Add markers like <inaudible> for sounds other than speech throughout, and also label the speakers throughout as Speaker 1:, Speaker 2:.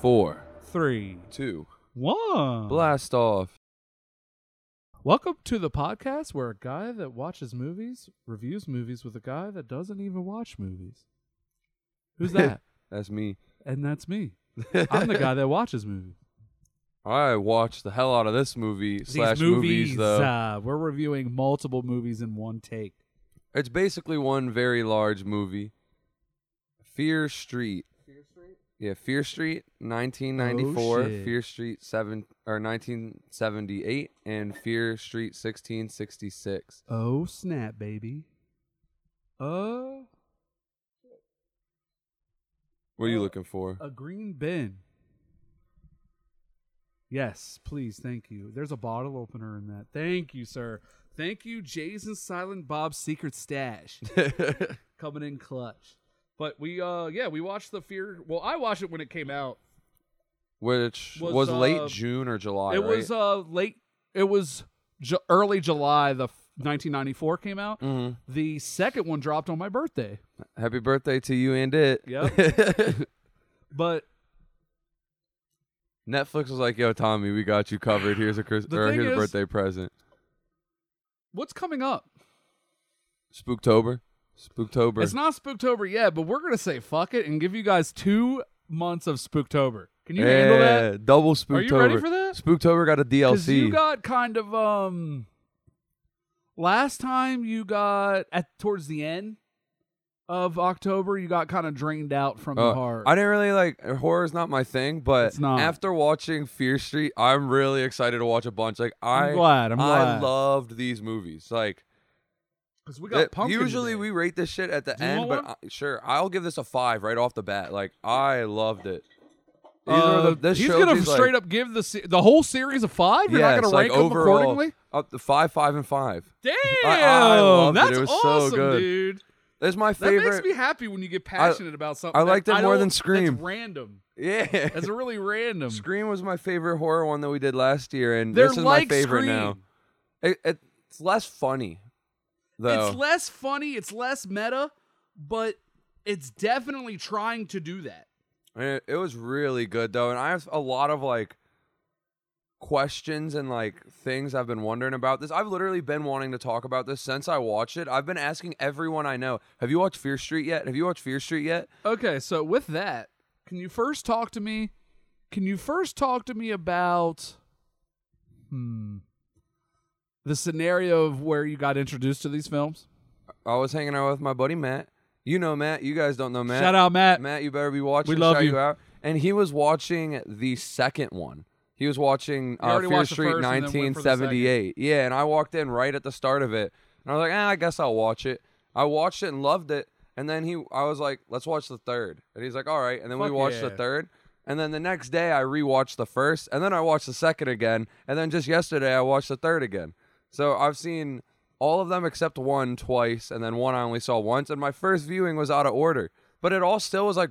Speaker 1: four,
Speaker 2: three,
Speaker 1: two,
Speaker 2: one.
Speaker 1: blast off.
Speaker 2: Welcome to the podcast where a guy that watches movies reviews movies with a guy that doesn't even watch movies.
Speaker 1: <laughs>
Speaker 2: Who's that? <laughs>
Speaker 1: That's me.
Speaker 2: and that's me. I'm the guy that watches movies.
Speaker 1: I watched the hell out of this movie <laughs> slash movies, though.
Speaker 2: uh, we're reviewing multiple movies in one take.
Speaker 1: it's basically one very large movie. Fear Street. Yeah, Fear Street, 1994,
Speaker 2: Oh, shit.
Speaker 1: Fear Street 7 or 1978 and Fear Street 1666.
Speaker 2: Oh snap, baby. Uh,
Speaker 1: What are you
Speaker 2: <laughs>
Speaker 1: looking for?
Speaker 2: a green bin. Yes, please, thank you. There's a bottle opener in that. Thank you, sir. Thank you, Jason Silent Bob's secret stash <laughs> coming in clutch. But we, uh, yeah, we watched the Fear. Well, I watched it when it came out.
Speaker 1: Which
Speaker 2: Was,
Speaker 1: was, late
Speaker 2: uh,
Speaker 1: June or July,
Speaker 2: it
Speaker 1: right?
Speaker 2: was uh late. It was ju- early July. The f- 1994 came out.
Speaker 1: Mhm.
Speaker 2: The second one dropped on my birthday.
Speaker 1: Happy birthday to you and it. <laughs>
Speaker 2: Yep. But
Speaker 1: Netflix was like, "Yo, Tommy, we got you covered. Here's a Chris-
Speaker 2: The
Speaker 1: or
Speaker 2: thing
Speaker 1: here's a
Speaker 2: is-
Speaker 1: birthday present.
Speaker 2: what's coming up?
Speaker 1: Spooktober, Spooktober.
Speaker 2: It's not Spooktober yet, but we're gonna say fuck it and give you guys two months of Spooktober. Can you handle
Speaker 1: yeah,
Speaker 2: that?
Speaker 1: Eh, double Spooktober.
Speaker 2: Are you ready for that?
Speaker 1: Spooktober got a
Speaker 2: Because
Speaker 1: DLC.
Speaker 2: you got kind of um. Last time you got at towards the end of October, you got kind of drained out from
Speaker 1: Uh,
Speaker 2: the heart.
Speaker 1: I didn't really like horror's not my thing, but
Speaker 2: It's not.
Speaker 1: after watching Fear Street, I'm really excited to watch a bunch. Like I,
Speaker 2: I'm glad. I'm
Speaker 1: I
Speaker 2: glad.
Speaker 1: loved these movies. Like
Speaker 2: Because we
Speaker 1: it-
Speaker 2: got pumpkin.
Speaker 1: usually
Speaker 2: today.
Speaker 1: we rate this shit at the
Speaker 2: Do you
Speaker 1: end,
Speaker 2: want
Speaker 1: but
Speaker 2: one?
Speaker 1: I, sure, I'll give this a five right off the bat. Like I loved it. These
Speaker 2: Uh,
Speaker 1: are the, this
Speaker 2: he's
Speaker 1: shows
Speaker 2: gonna
Speaker 1: these, like-
Speaker 2: straight up give the se- the whole series a five. You're
Speaker 1: yeah,
Speaker 2: not
Speaker 1: it's
Speaker 2: gonna
Speaker 1: like
Speaker 2: rank them
Speaker 1: overall
Speaker 2: accordingly.
Speaker 1: up to five, five, and five.
Speaker 2: Damn,
Speaker 1: I loved it. It
Speaker 2: that's
Speaker 1: was so
Speaker 2: awesome,
Speaker 1: good.
Speaker 2: dude.
Speaker 1: That's my
Speaker 2: That
Speaker 1: favorite.
Speaker 2: makes me happy when you get passionate about something.
Speaker 1: I liked
Speaker 2: that
Speaker 1: it more
Speaker 2: don't-
Speaker 1: than Scream.
Speaker 2: That's random.
Speaker 1: <laughs> yeah.
Speaker 2: That's really random.
Speaker 1: Scream was my favorite horror one that we did last year, and
Speaker 2: They're
Speaker 1: this is
Speaker 2: like
Speaker 1: my favorite now.
Speaker 2: Scream.
Speaker 1: It, it's less funny, though.
Speaker 2: It's less funny. It's less meta, but it's definitely trying to do that.
Speaker 1: And it, it was really good though, and I have a lot of like questions and like things I've been wondering about this. I've literally been wanting to talk about this since I watched it. I've been asking everyone I know, "Have you watched Fear Street yet? Have you watched Fear Street yet?"
Speaker 2: Okay, so with that, can you first talk to me? Can you first talk to me about hmm the scenario of where you got introduced to these films?
Speaker 1: I was hanging out with my buddy Matt. You know Matt. You guys don't know Matt.
Speaker 2: Shout out, Matt.
Speaker 1: Matt, you better be watching.
Speaker 2: We love
Speaker 1: Shout
Speaker 2: you.
Speaker 1: out. And he was watching the second one. He was watching
Speaker 2: You
Speaker 1: uh,
Speaker 2: already
Speaker 1: Fear
Speaker 2: watched the
Speaker 1: Street
Speaker 2: first and then went for the
Speaker 1: 1978. Yeah, and I walked in right at the start of it, and I was like, ah, I guess I'll watch it. I watched it and loved it. And then he, I was like, let's watch the third. And he's like, all right. And then we
Speaker 2: Fuck
Speaker 1: watched the
Speaker 2: yeah.
Speaker 1: third. And then the next day, I rewatched the first, and then I watched the second again, and then just yesterday, I watched the third again. So I've seen all of them except one twice, and then one I only saw once. And my first viewing was out of order, but it all still was like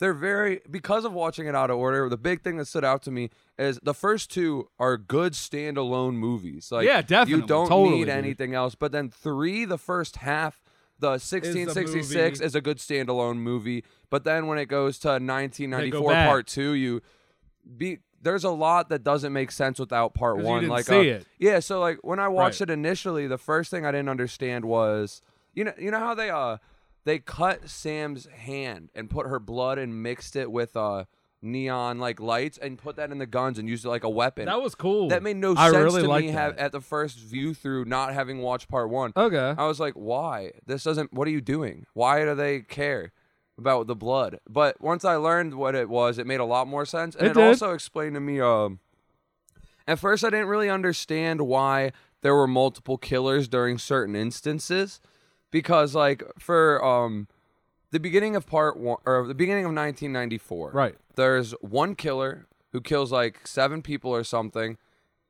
Speaker 1: they're very because of watching it out of order. The big thing that stood out to me is the first two are good standalone movies. Like
Speaker 2: Yeah,
Speaker 1: You
Speaker 2: definitely,
Speaker 1: don't
Speaker 2: totally,
Speaker 1: need
Speaker 2: dude.
Speaker 1: anything else. But then three, the first half. The 1666
Speaker 2: movie.
Speaker 1: is a good standalone movie, but then when it goes to 1994
Speaker 2: back.
Speaker 1: part 2, you be there's a lot that doesn't make sense without part
Speaker 2: 'Cause you
Speaker 1: one
Speaker 2: didn't
Speaker 1: like
Speaker 2: see
Speaker 1: uh,
Speaker 2: it.
Speaker 1: yeah so like when i watched
Speaker 2: Right.
Speaker 1: it initially the first thing i didn't understand was you know you know how they uh they cut sam's hand and put her blood and mixed it with uh neon like lights and put that in the guns and used it like a weapon
Speaker 2: That was cool.
Speaker 1: that made no
Speaker 2: I
Speaker 1: sense
Speaker 2: really
Speaker 1: to
Speaker 2: liked
Speaker 1: me have,
Speaker 2: that.
Speaker 1: at the first view through not having watched part one
Speaker 2: Okay.
Speaker 1: I was like, why? This doesn't. What are you doing? Why do they care about the blood? But once I learned what it was, it made a lot more sense, and
Speaker 2: It
Speaker 1: it,
Speaker 2: did.
Speaker 1: also explained to me. Um, at first, I didn't really understand why there were multiple killers during certain instances, because like for um, the beginning of part one or the beginning of 1994,
Speaker 2: Right.
Speaker 1: There's one killer who kills like seven people or something.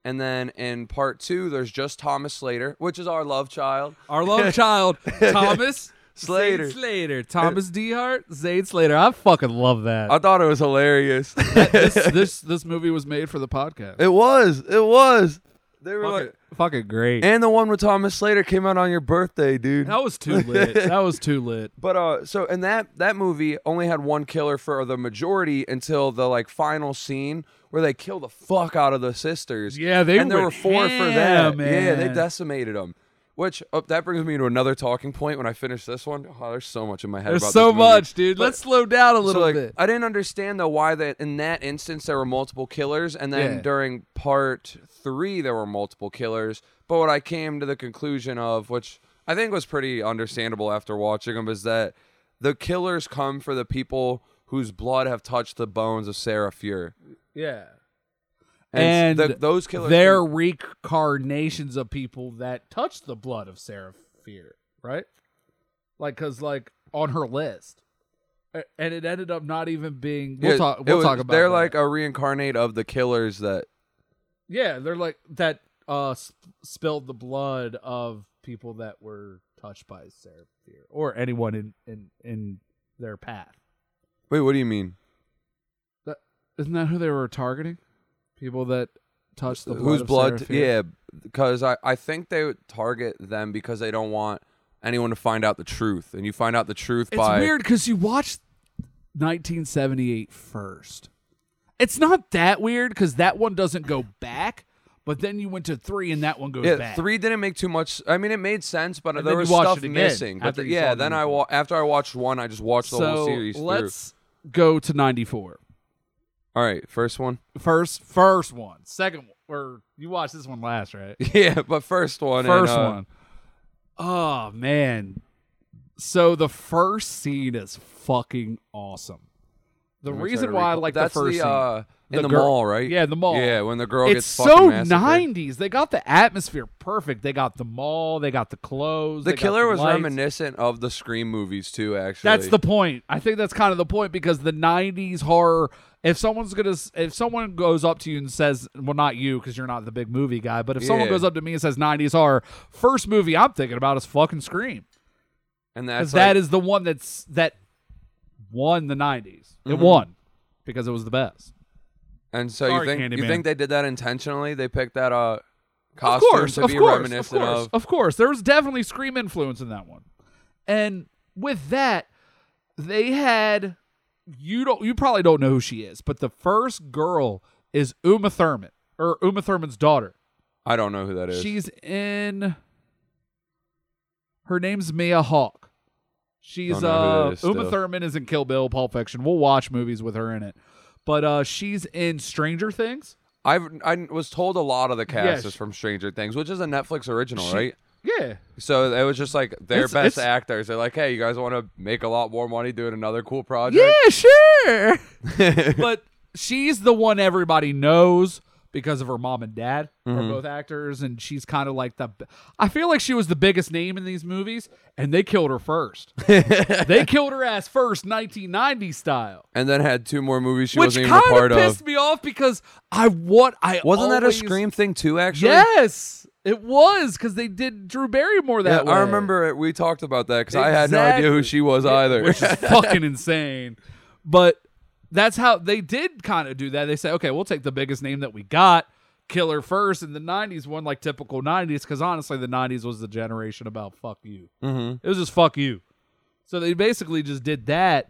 Speaker 1: And then in part two, there's just Thomas Slater, which is our love child.
Speaker 2: Our
Speaker 1: <laughs>
Speaker 2: love child, Thomas
Speaker 1: Slater.
Speaker 2: Zayd Slater. Thomas Dehart, Zayd Slater. I fucking love that.
Speaker 1: I thought it was <laughs> hilarious.
Speaker 2: this, this this movie was made for the podcast.
Speaker 1: it was. It was. They were
Speaker 2: Fuck
Speaker 1: like,
Speaker 2: it. Fucking great.
Speaker 1: and the one with Thomas Slater came out on your birthday, dude.
Speaker 2: that was too
Speaker 1: <laughs>
Speaker 2: lit. That was too lit.
Speaker 1: But uh, so and that that movie only had one killer for the majority until the like final scene where they kill the fuck out of the sisters.
Speaker 2: Yeah, they
Speaker 1: and there were
Speaker 2: went
Speaker 1: four for
Speaker 2: ham,
Speaker 1: that. Yeah, they
Speaker 2: man.
Speaker 1: decimated them. Which oh, that brings me to another talking point when I finish this one. Oh, there's so much in my head.
Speaker 2: There's
Speaker 1: about
Speaker 2: so
Speaker 1: this movie.
Speaker 2: much, dude.
Speaker 1: But-
Speaker 2: Let's slow down a
Speaker 1: so,
Speaker 2: little
Speaker 1: like,
Speaker 2: bit.
Speaker 1: I didn't understand though why that in that instance there were multiple killers, and then
Speaker 2: Yeah.
Speaker 1: during part three there were multiple killers. But what I came to the conclusion of, which I think was pretty understandable after watching them, is that the killers come for the people whose blood have touched the bones of Sarah Fuhr,
Speaker 2: Yeah.
Speaker 1: and,
Speaker 2: And
Speaker 1: the, those killers.
Speaker 2: They're reincarnations of people that touched the blood of Sarah Fear, right? Like, cause like on her list, A- and it ended up not even being. We'll
Speaker 1: Yeah,
Speaker 2: talk.
Speaker 1: it
Speaker 2: We'll
Speaker 1: was-
Speaker 2: talk about.
Speaker 1: They're
Speaker 2: that.
Speaker 1: like a reincarnate of the killers that
Speaker 2: yeah, they're like that. Uh, sp- spilled the blood of people that were touched by Sarah Fear or anyone in in in their path.
Speaker 1: wait. What do you mean?
Speaker 2: That, isn't that who they were targeting? People that touched the blood.
Speaker 1: whose
Speaker 2: of
Speaker 1: blood
Speaker 2: Sarah Fear?
Speaker 1: yeah because I, I think they would target them because they don't want anyone to find out the truth and you find out the truth
Speaker 2: It's
Speaker 1: by
Speaker 2: weird because you watched 1978 first. It's not that weird because that one doesn't go back, but then you went to three and that one goes
Speaker 1: yeah
Speaker 2: back.
Speaker 1: three didn't make too much i mean it made sense but
Speaker 2: And
Speaker 1: there
Speaker 2: then
Speaker 1: was
Speaker 2: you watched
Speaker 1: stuff
Speaker 2: it again
Speaker 1: missing but
Speaker 2: after
Speaker 1: the-
Speaker 2: you
Speaker 1: yeah
Speaker 2: saw
Speaker 1: then
Speaker 2: the
Speaker 1: i
Speaker 2: movie.
Speaker 1: wa- after i watched one i just watched the whole
Speaker 2: so
Speaker 1: series through.
Speaker 2: let's go to 94
Speaker 1: all right first one <laughs>
Speaker 2: first. First one, second one, or you watched this one last, right?
Speaker 1: yeah but first one and,
Speaker 2: First
Speaker 1: uh,
Speaker 2: one. Oh man. So the first scene is fucking awesome. The
Speaker 1: let me try
Speaker 2: reason
Speaker 1: to
Speaker 2: why I
Speaker 1: recall-
Speaker 2: like
Speaker 1: that's
Speaker 2: the first scene.
Speaker 1: uh in the,
Speaker 2: The girl-
Speaker 1: mall right
Speaker 2: yeah, the mall.
Speaker 1: yeah when the girl
Speaker 2: it's
Speaker 1: gets
Speaker 2: so
Speaker 1: fucking massacred.
Speaker 2: 90s they got the atmosphere perfect they got the mall they got the clothes
Speaker 1: the
Speaker 2: they got
Speaker 1: killer was
Speaker 2: lights.
Speaker 1: reminiscent of the scream movies too actually
Speaker 2: that's the point i think that's kind of the point because the 90s horror if someone's gonna s- if someone goes up to you and says well not you because you're not the big movie guy but if someone
Speaker 1: Yeah.
Speaker 2: goes up to me and says 90s horror first movie i'm thinking about is fucking scream
Speaker 1: and
Speaker 2: because
Speaker 1: that's like,
Speaker 2: that is the one that's that won the 90s it
Speaker 1: Mm-hmm.
Speaker 2: won because it was the best
Speaker 1: And so
Speaker 2: Sorry,
Speaker 1: you think you
Speaker 2: Candyman.
Speaker 1: think they did that intentionally? They picked that uh
Speaker 2: of
Speaker 1: costume
Speaker 2: course,
Speaker 1: to
Speaker 2: of
Speaker 1: be
Speaker 2: course,
Speaker 1: reminiscent
Speaker 2: of course, of course. There was definitely scream influence in that one, and with that, they had you don't you probably don't know who she is, but the first girl is Uma Thurman or Uma Thurman's daughter.
Speaker 1: I don't know who that is.
Speaker 2: She's in. Her name's Mia Hawk. She's
Speaker 1: Don't know who that
Speaker 2: uh
Speaker 1: is
Speaker 2: Uma
Speaker 1: still.
Speaker 2: Thurman is in Kill Bill, Pulp Fiction. We'll watch movies with her in it, but uh she's in Stranger Things.
Speaker 1: I've I was told a lot of the cast
Speaker 2: Yeah,
Speaker 1: is
Speaker 2: she-
Speaker 1: from Stranger Things, which is a Netflix original,
Speaker 2: She-
Speaker 1: right?
Speaker 2: Yeah,
Speaker 1: So it was just like their
Speaker 2: It's-
Speaker 1: best
Speaker 2: it's-
Speaker 1: actors. They're like, hey, you guys want to make a lot more money doing another cool project?
Speaker 2: yeah, sure. <laughs> but she's the one everybody knows because of her mom and dad
Speaker 1: Mm-hmm.
Speaker 2: are both actors and she's kind of like the I feel like she was the biggest name in these movies and they killed her
Speaker 1: <laughs>
Speaker 2: first. they killed her ass first 1990 style.
Speaker 1: And then had two more movies she
Speaker 2: Which
Speaker 1: wasn't even a
Speaker 2: kind
Speaker 1: part
Speaker 2: of
Speaker 1: of.
Speaker 2: pissed me off because I what I
Speaker 1: Wasn't that a
Speaker 2: always-
Speaker 1: Scream thing too? Actually,
Speaker 2: Yes, it was cuz they did Drew Barrymore
Speaker 1: Yeah,
Speaker 2: that way.
Speaker 1: I remember it. we talked about that because I had no idea who
Speaker 2: Exactly.
Speaker 1: she was either.
Speaker 2: <laughs> which is fucking insane. But that's how they did kind of do that. They say, okay, we'll take the biggest name that we got, killer first, and the '90s one, like typical '90s, because honestly, the '90s was the generation about fuck you.
Speaker 1: Mhm.
Speaker 2: It was just fuck you. So they basically just did that.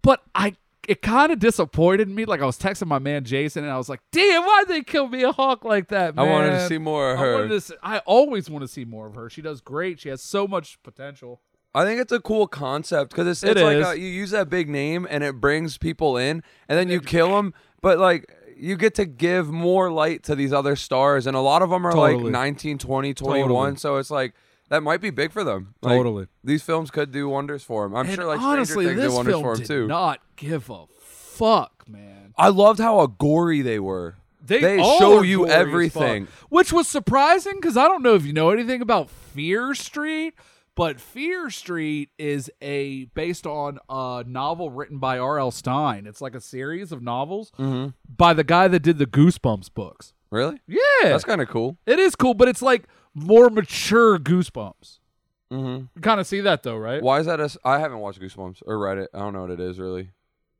Speaker 2: But I, it kind of disappointed me. Like I was texting my man Jason, and I was like, damn, why would they kill me a hawk like that?
Speaker 1: <laughs> I
Speaker 2: Man?
Speaker 1: wanted to see more of
Speaker 2: I
Speaker 1: her.
Speaker 2: wanted to see- I always want to see more of her. She does great. She has so much potential.
Speaker 1: I think it's a cool concept because it's,
Speaker 2: It
Speaker 1: it's like
Speaker 2: is.
Speaker 1: uh you use that big name and it brings people in, and then you kill them. But like you get to give more light to these other stars, and a lot of them are like
Speaker 2: Totally.
Speaker 1: 19, 20, 21.
Speaker 2: Totally.
Speaker 1: So it's like that might be big for them. Like,
Speaker 2: Totally.
Speaker 1: these films could do wonders for them. I'm
Speaker 2: And
Speaker 1: sure like
Speaker 2: honestly,
Speaker 1: Stranger Things
Speaker 2: this
Speaker 1: did wonders
Speaker 2: film
Speaker 1: for them
Speaker 2: did
Speaker 1: too.
Speaker 2: not give a fuck, man.
Speaker 1: I loved how gory they were.
Speaker 2: They, all
Speaker 1: show
Speaker 2: are
Speaker 1: you
Speaker 2: gory as fuck.
Speaker 1: everything.
Speaker 2: which was surprising because I don't know if you know anything about Fear Street, but Fear Street is a based on a novel written by R.L. Stein. It's like a series of novels
Speaker 1: Mm-hmm.
Speaker 2: by the guy that did the Goosebumps books.
Speaker 1: Really?
Speaker 2: Yeah,
Speaker 1: That's kind of cool.
Speaker 2: it is cool, but it's like more mature Goosebumps.
Speaker 1: Mhm.
Speaker 2: You kind of see that though, right?
Speaker 1: Why is that? A s- I haven't watched Goosebumps or read it. I don't know what it is really.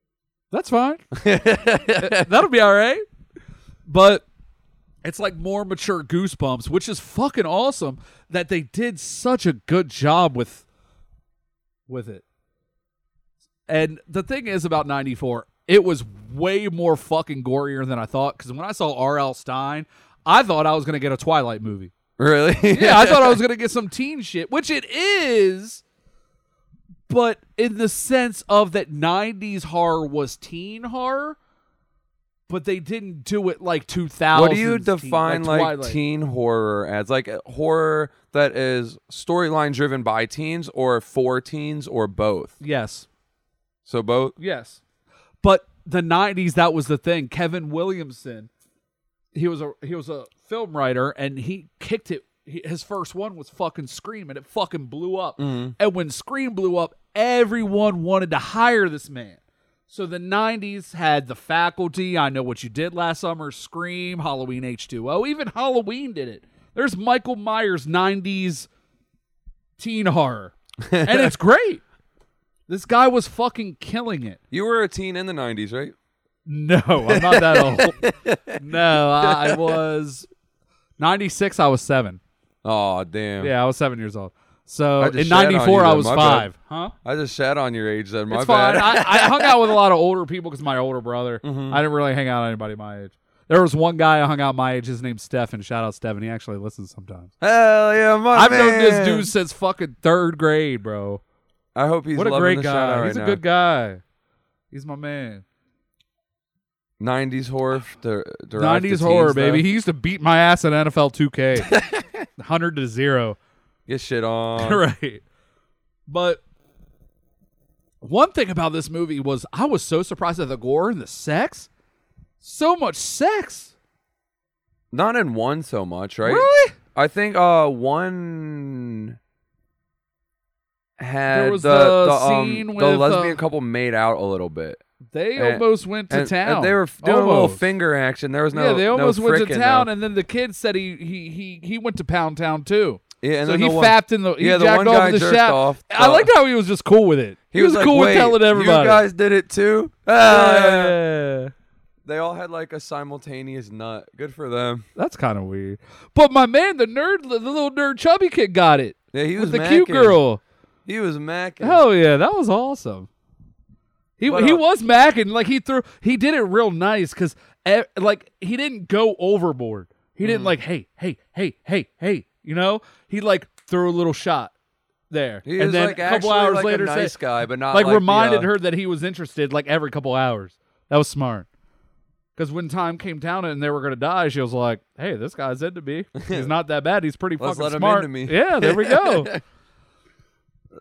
Speaker 1: <laughs>
Speaker 2: That's fine. That'll be all right. But It's like more mature Goosebumps, which is fucking awesome that they did such a good job with with it. And the thing is about 94, it was way more fucking gorier than I thought cuz when I saw R.L. Stein, I thought I was going to get a Twilight movie.
Speaker 1: Really?
Speaker 2: Yeah, I thought I was
Speaker 1: <laughs>
Speaker 2: going to get some teen shit, which it is. But in the sense of that 90s horror was teen horror, but they didn't do it like 2000s.
Speaker 1: What do you
Speaker 2: teen,
Speaker 1: define like,
Speaker 2: Twilight.
Speaker 1: teen horror as? Like uh, horror that is storyline driven by teens or for teens or both?
Speaker 2: Yes.
Speaker 1: So both.
Speaker 2: Yes. But the 90s that was the thing. Kevin Williamson, he was a he was a film writer and he kicked it he, his first one was fucking Scream and it fucking blew up. And when Scream blew up, everyone wanted to hire this man. So the 90s had the faculty, I know what you did last summer, Scream, Halloween H2O, even Halloween did it. There's Michael Myers 90s teen horror. and it's great. This guy was fucking killing it.
Speaker 1: You were a teen in the 90s, right?
Speaker 2: No, I'm not that
Speaker 1: <laughs>
Speaker 2: old. No, I was 96. I was seven.
Speaker 1: Oh, damn.
Speaker 2: Yeah, I was seven years old. So
Speaker 1: I just
Speaker 2: in
Speaker 1: shat on you
Speaker 2: '94, I
Speaker 1: then,
Speaker 2: was
Speaker 1: my
Speaker 2: five. Huh?
Speaker 1: I just shat on your age then. My
Speaker 2: it's
Speaker 1: bad. Mm-hmm.
Speaker 2: fine. I, I hung out with a lot of older people because my older brother. I didn't really hang out with anybody my age. There was one guy I hung out my age. His name's Stefan. Shout out Stefan. He actually listens sometimes.
Speaker 1: <laughs> Hell yeah, my
Speaker 2: I've known this
Speaker 1: Oh, man.
Speaker 2: dude since fucking third grade, bro.
Speaker 1: I hope he's
Speaker 2: what a
Speaker 1: loving
Speaker 2: great
Speaker 1: the shout-out
Speaker 2: guy.
Speaker 1: right
Speaker 2: He's a
Speaker 1: now.
Speaker 2: good guy. He's my man.
Speaker 1: 90s horror. f- der- derived to
Speaker 2: 90s
Speaker 1: teens
Speaker 2: horror,
Speaker 1: stuff.
Speaker 2: baby. He used to beat my ass in NFL
Speaker 1: <laughs>
Speaker 2: 2K, hundred to zero.
Speaker 1: Get shit on.
Speaker 2: <laughs> right. But one thing about this movie was I was so surprised at the gore and the sex. So much sex,
Speaker 1: Not in one so much, right?
Speaker 2: Really?
Speaker 1: I think uh one had
Speaker 2: There was the scene
Speaker 1: um, the
Speaker 2: with,
Speaker 1: lesbian
Speaker 2: uh,
Speaker 1: couple made out a little bit.
Speaker 2: They
Speaker 1: And-
Speaker 2: almost went to
Speaker 1: and,
Speaker 2: town.
Speaker 1: and they were f- doing a little
Speaker 2: Almost.
Speaker 1: finger action. There was no
Speaker 2: yeah, they
Speaker 1: no
Speaker 2: almost went to
Speaker 1: frickin',
Speaker 2: town,
Speaker 1: though.
Speaker 2: and then the kid said he he he he went to Pound Town too.
Speaker 1: yeah, and
Speaker 2: so
Speaker 1: then
Speaker 2: he
Speaker 1: the one,
Speaker 2: fapped in the he
Speaker 1: yeah, the
Speaker 2: jacked
Speaker 1: one
Speaker 2: off
Speaker 1: guy
Speaker 2: in the
Speaker 1: jerked
Speaker 2: shaft.
Speaker 1: off.
Speaker 2: I
Speaker 1: The-
Speaker 2: liked how he was just cool with it.
Speaker 1: He was, like,
Speaker 2: cool
Speaker 1: "Wait,
Speaker 2: with telling everybody.
Speaker 1: You guys did it too. <laughs> Ah, yeah.
Speaker 2: yeah.
Speaker 1: They all had like a simultaneous nut. Good for them.
Speaker 2: That's kind of weird. But my man, the nerd, the little nerd chubby kid got it
Speaker 1: Yeah, he was
Speaker 2: with the cute
Speaker 1: macking.
Speaker 2: girl. Oh.
Speaker 1: He was macking.
Speaker 2: Hell yeah, that was awesome. He
Speaker 1: But,
Speaker 2: he
Speaker 1: uh,
Speaker 2: was macking like he threw he did it real nice because like he didn't go overboard. He
Speaker 1: Mm.
Speaker 2: didn't like hey hey hey hey hey you know he like threw a little shot there
Speaker 1: He
Speaker 2: and
Speaker 1: was
Speaker 2: then
Speaker 1: like
Speaker 2: a couple
Speaker 1: actually,
Speaker 2: hours
Speaker 1: like,
Speaker 2: later
Speaker 1: a nice
Speaker 2: said-
Speaker 1: guy, but not
Speaker 2: like,
Speaker 1: like,
Speaker 2: reminded
Speaker 1: the, uh,
Speaker 2: her that he was interested like every couple hours. That was smart. Because when time came down and they were gonna die, she was like, "Hey, this guy's into me. He's not that bad. He's pretty
Speaker 1: <laughs> Let's
Speaker 2: fucking
Speaker 1: let him
Speaker 2: smart."
Speaker 1: into me.
Speaker 2: Yeah, there we
Speaker 1: <laughs>
Speaker 2: go. and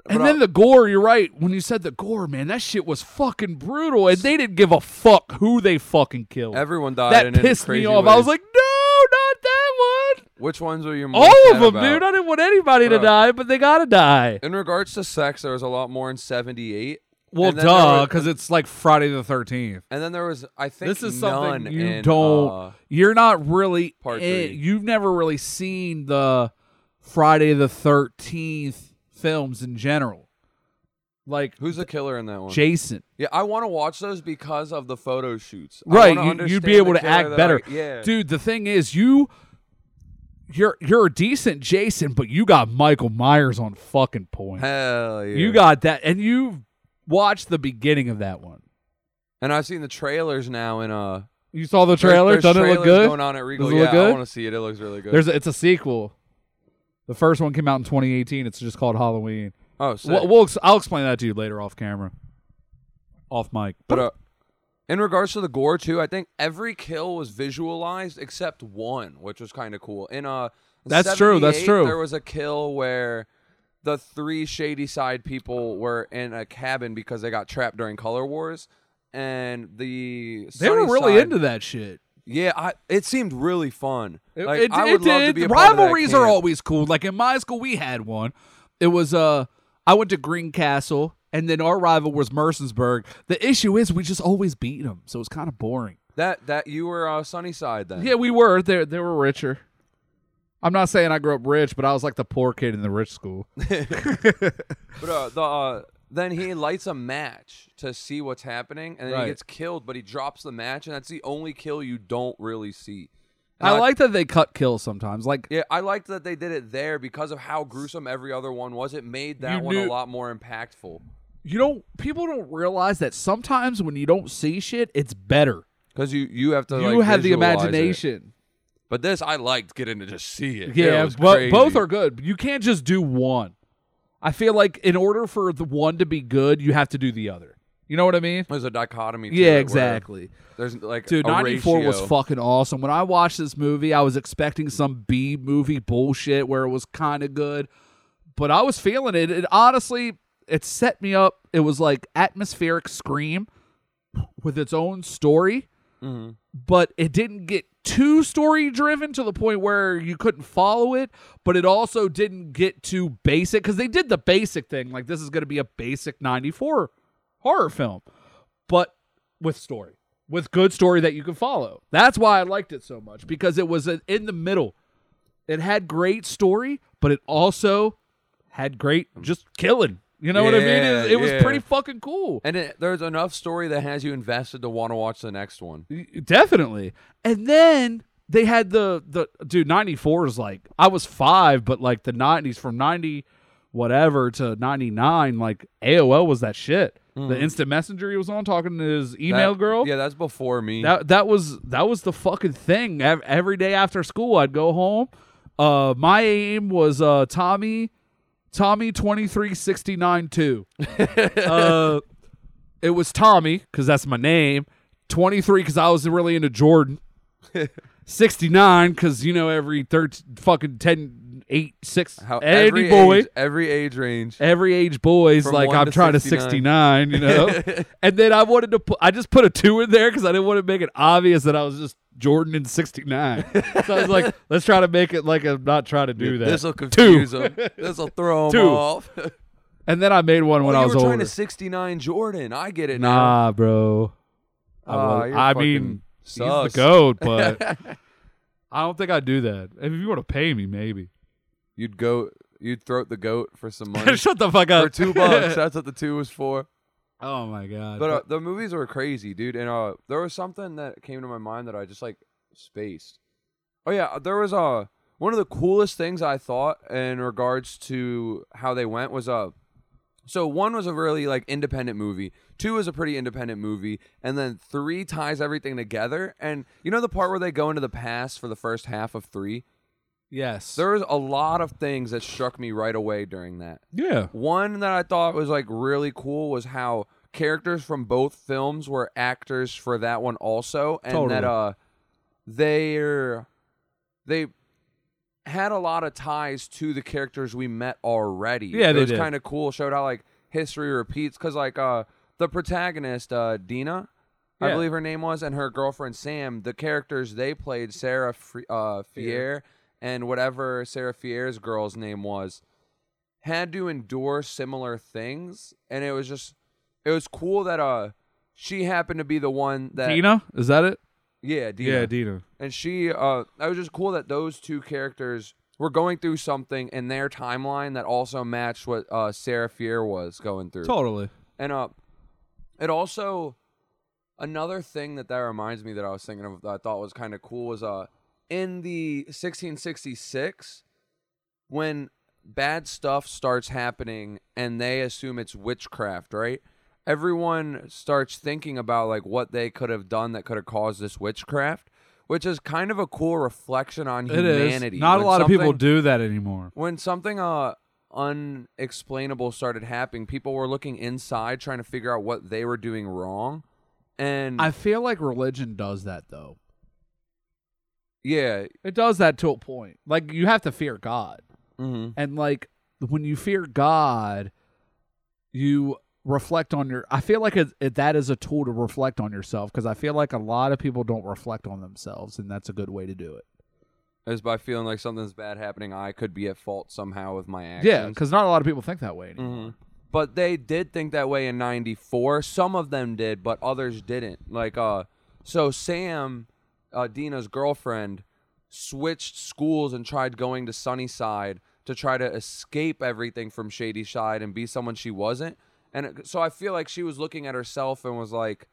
Speaker 1: But
Speaker 2: then the gore. You're right. When you said the gore, man, that shit was fucking brutal, and they didn't give a fuck who they fucking killed.
Speaker 1: Everyone died.
Speaker 2: that
Speaker 1: in it in
Speaker 2: pissed me
Speaker 1: crazy
Speaker 2: off. I
Speaker 1: ways.
Speaker 2: was like, "No, not that one.
Speaker 1: which ones are you?
Speaker 2: All
Speaker 1: Most
Speaker 2: of
Speaker 1: sad
Speaker 2: them,
Speaker 1: about?
Speaker 2: dude. I didn't want anybody to
Speaker 1: Bro.
Speaker 2: die, but they gotta die."
Speaker 1: In regards to sex, there was a lot more in '78.
Speaker 2: Well,
Speaker 1: and then there
Speaker 2: duh,
Speaker 1: was-
Speaker 2: because it's like Friday the Thirteenth.
Speaker 1: And then there was, I think,
Speaker 2: this is
Speaker 1: none
Speaker 2: something you
Speaker 1: in,
Speaker 2: don't
Speaker 1: uh,
Speaker 2: you're not really
Speaker 1: Part
Speaker 2: in-
Speaker 1: three.
Speaker 2: you've never really seen the friday the 13th films in general like
Speaker 1: who's the killer in that one?
Speaker 2: jason
Speaker 1: yeah, I want to watch those because of the photo shoots. I
Speaker 2: right
Speaker 1: wanna
Speaker 2: you, you'd be
Speaker 1: understand
Speaker 2: able
Speaker 1: the
Speaker 2: to
Speaker 1: killer
Speaker 2: act
Speaker 1: that
Speaker 2: better
Speaker 1: I- yeah,
Speaker 2: dude the thing is you you're you're a decent jason but you got michael myers on fucking point
Speaker 1: hell yeah.
Speaker 2: you got that and you've watched the beginning of that one
Speaker 1: and I've seen the trailers now in uh
Speaker 2: you saw the
Speaker 1: there-
Speaker 2: trailer
Speaker 1: there's
Speaker 2: doesn't it
Speaker 1: trailers
Speaker 2: look good
Speaker 1: Going on at Regal.
Speaker 2: Does it look
Speaker 1: yeah, I
Speaker 2: good?
Speaker 1: want to see it. It looks really good.
Speaker 2: There's a, it's a sequel. The first one came out in 2018. It's just called Halloween.
Speaker 1: oh, sick.
Speaker 2: We'll, we'll ex- I'll explain that to you later off camera, off mic.
Speaker 1: But uh, in regards to the gore too, I think every kill was visualized except one, which was kind of cool. In uh,
Speaker 2: That's true, that's
Speaker 1: 78,
Speaker 2: true.
Speaker 1: There was a kill where the three shady side people were in a cabin because they got trapped during color wars, and the
Speaker 2: they were really
Speaker 1: Sunnyside-
Speaker 2: into that shit.
Speaker 1: Yeah, I, it seemed really fun.
Speaker 2: It,
Speaker 1: Like,
Speaker 2: it-
Speaker 1: I
Speaker 2: it
Speaker 1: would love to
Speaker 2: did.
Speaker 1: be a part of that
Speaker 2: Rivalries are
Speaker 1: camp.
Speaker 2: always cool. Like in my school, we had one. It was uh, I went to Greencastle, and then our rival was Mercersburg. The issue is we just always beat them, so it's kind of boring.
Speaker 1: that that you were uh, Sunnyside then.
Speaker 2: Yeah, we were. They they were richer. I'm not saying I grew up rich, but I was like the poor kid in the rich school.
Speaker 1: <laughs> But uh, the uh, then he lights a match to see what's happening, and then
Speaker 2: Right.
Speaker 1: he gets killed. But he drops the match, and that's the only kill you don't really see.
Speaker 2: I,
Speaker 1: I-
Speaker 2: like that they cut kills sometimes. Like
Speaker 1: Yeah, I liked that they did it there because of how gruesome every other one was. It made that
Speaker 2: You
Speaker 1: one
Speaker 2: knew-
Speaker 1: a lot more impactful
Speaker 2: you don't people don't realize that sometimes when you don't see shit, it's better.
Speaker 1: because you you have to
Speaker 2: you
Speaker 1: like,
Speaker 2: have the
Speaker 1: visualize it.
Speaker 2: imagination.
Speaker 1: But this I liked getting to just see it.
Speaker 2: Yeah,
Speaker 1: It was
Speaker 2: but
Speaker 1: crazy.
Speaker 2: both are good. You can't just do one. I feel like in order for the one to be good, you have to do the other. You know what I mean?
Speaker 1: There's a dichotomy. to it
Speaker 2: Yeah,
Speaker 1: where
Speaker 2: exactly.
Speaker 1: There's like
Speaker 2: Dude,
Speaker 1: a
Speaker 2: 94 was
Speaker 1: ratio.
Speaker 2: fucking awesome. When I watched this movie, I was expecting some B movie bullshit where it was kind of good, but I was feeling it. It honestly, it set me up. It was like atmospheric Scream with its own story,
Speaker 1: Mhm.
Speaker 2: but it didn't get too story driven to the point where you couldn't follow it, but it also didn't get too basic because they did the basic thing. Like, this is going to be a basic 94 horror film, but with story, with good story that you can follow. That's why I liked it so much because it was uh, in the middle. It had great story, but it also had great just killing. You know what I mean?
Speaker 1: Yeah,
Speaker 2: It, it was
Speaker 1: yeah.
Speaker 2: pretty fucking cool.
Speaker 1: And it, there's enough story that has you invested to want to watch the next one.
Speaker 2: Definitely. And then they had the the dude 94 is like I was 5 but like the 90s from 90 whatever to 99 like AOL was that shit. The instant messenger he was on talking to his email
Speaker 1: That-
Speaker 2: girl.
Speaker 1: Yeah, that's before me.
Speaker 2: That that was that was the fucking thing. Ev- Every day after school, I'd go home. Uh, my aim was uh Tommy, Tommy twenty three sixty nine
Speaker 1: <laughs>
Speaker 2: two. Uh, it was Tommy because that's my name. Twenty three because I was really into Jordan.
Speaker 1: <laughs>
Speaker 2: Sixty nine because you know every third fucking ten eight six
Speaker 1: How
Speaker 2: any
Speaker 1: every
Speaker 2: boy
Speaker 1: age, every age range.
Speaker 2: every age boys
Speaker 1: From
Speaker 2: like
Speaker 1: one
Speaker 2: I'm
Speaker 1: to
Speaker 2: trying
Speaker 1: 69.
Speaker 2: to 69, you
Speaker 1: <laughs>
Speaker 2: know. and then I wanted to put I just put a 2 in there cuz I didn't want to make it obvious that I was just Jordan in 69. so I was
Speaker 1: <laughs>
Speaker 2: like, let's try to make it like I'm not trying to do that.
Speaker 1: This will
Speaker 2: <laughs>
Speaker 1: confuse them. This will throw them
Speaker 2: Two.
Speaker 1: off. <laughs>
Speaker 2: and then I made one when
Speaker 1: Oh, you
Speaker 2: I was
Speaker 1: were trying
Speaker 2: older.
Speaker 1: to 69 Jordan. I get it now.
Speaker 2: nah, bro. I,
Speaker 1: Ah,
Speaker 2: was,
Speaker 1: you're
Speaker 2: I
Speaker 1: fucking
Speaker 2: mean, he's
Speaker 1: sus.
Speaker 2: the goat, but
Speaker 1: <laughs>
Speaker 2: I don't think I'd do that. If you want to pay me, maybe. <laughs>
Speaker 1: You'd go. You'd throat the goat for some money
Speaker 2: Shut the fuck up.
Speaker 1: for
Speaker 2: <laughs>
Speaker 1: two bucks. That's what the two was for.
Speaker 2: oh my god.
Speaker 1: But uh, the movies were crazy, dude. And uh, there was something that came to my mind that I just like spaced. Oh yeah, there was uh one of the coolest things I thought in regards to how they went was uh so one was a really like independent movie, two is a pretty independent movie, and then three ties everything together. And you know the part where they go into the past for the first half of three.
Speaker 2: yes.
Speaker 1: There was a lot of things that struck me right away during that.
Speaker 2: yeah.
Speaker 1: One that I thought was like really cool was how characters from both films were actors for that one also, and
Speaker 2: Totally.
Speaker 1: that uh, they're they had a lot of ties to the characters we met already.
Speaker 2: Yeah,
Speaker 1: it
Speaker 2: they
Speaker 1: was
Speaker 2: did.
Speaker 1: kind of cool. Showed how like history repeats because like uh, the protagonist uh, Dina. I
Speaker 2: Yeah.
Speaker 1: believe her name was, and her girlfriend Sam. The characters they played, Sarah Fre- uh, Fier and whatever Sarah Fier's girl's name was, had to endure similar things, and it was just, it was cool that uh, she happened to be the one that
Speaker 2: Dina, is that it?
Speaker 1: yeah, Dina,
Speaker 2: Yeah, Dina.
Speaker 1: and she uh, it was just cool that those two characters were going through something in their timeline that also matched what uh, Sarah Fier was going through.
Speaker 2: Totally.
Speaker 1: And uh, it also another thing that that reminds me that I was thinking of that I thought was kind of cool was uh in the 1666 when bad stuff starts happening and they assume it's witchcraft, right? Everyone starts thinking about like what they could have done that could have caused this witchcraft, which is kind of a cool reflection on
Speaker 2: It is.
Speaker 1: humanity.
Speaker 2: Not a
Speaker 1: When
Speaker 2: lot of people
Speaker 1: something-
Speaker 2: do that anymore.
Speaker 1: when something uh unexplainable started happening, people were looking inside trying to figure out what they were doing wrong. And
Speaker 2: I feel like religion does that though.
Speaker 1: yeah,
Speaker 2: It does that to a point. Like you have to fear God.
Speaker 1: mhm.
Speaker 2: And like when you fear God, you reflect on your I feel like it, it, that is a tool to reflect on yourself because I feel like a lot of people don't reflect on themselves and that's a good way to do it.
Speaker 1: is by feeling like something's bad happening, I could be at fault somehow with my actions.
Speaker 2: Yeah, cuz not a lot of people think that way anymore.
Speaker 1: Mhm. But they did think that way in '94. Some of them did, but others didn't. Like, uh, so Sam, uh, Dina's girlfriend, switched schools and tried going to Sunnyside to try to escape everything from Shady Side and be someone she wasn't. And it, so I feel like she was looking at herself and was like,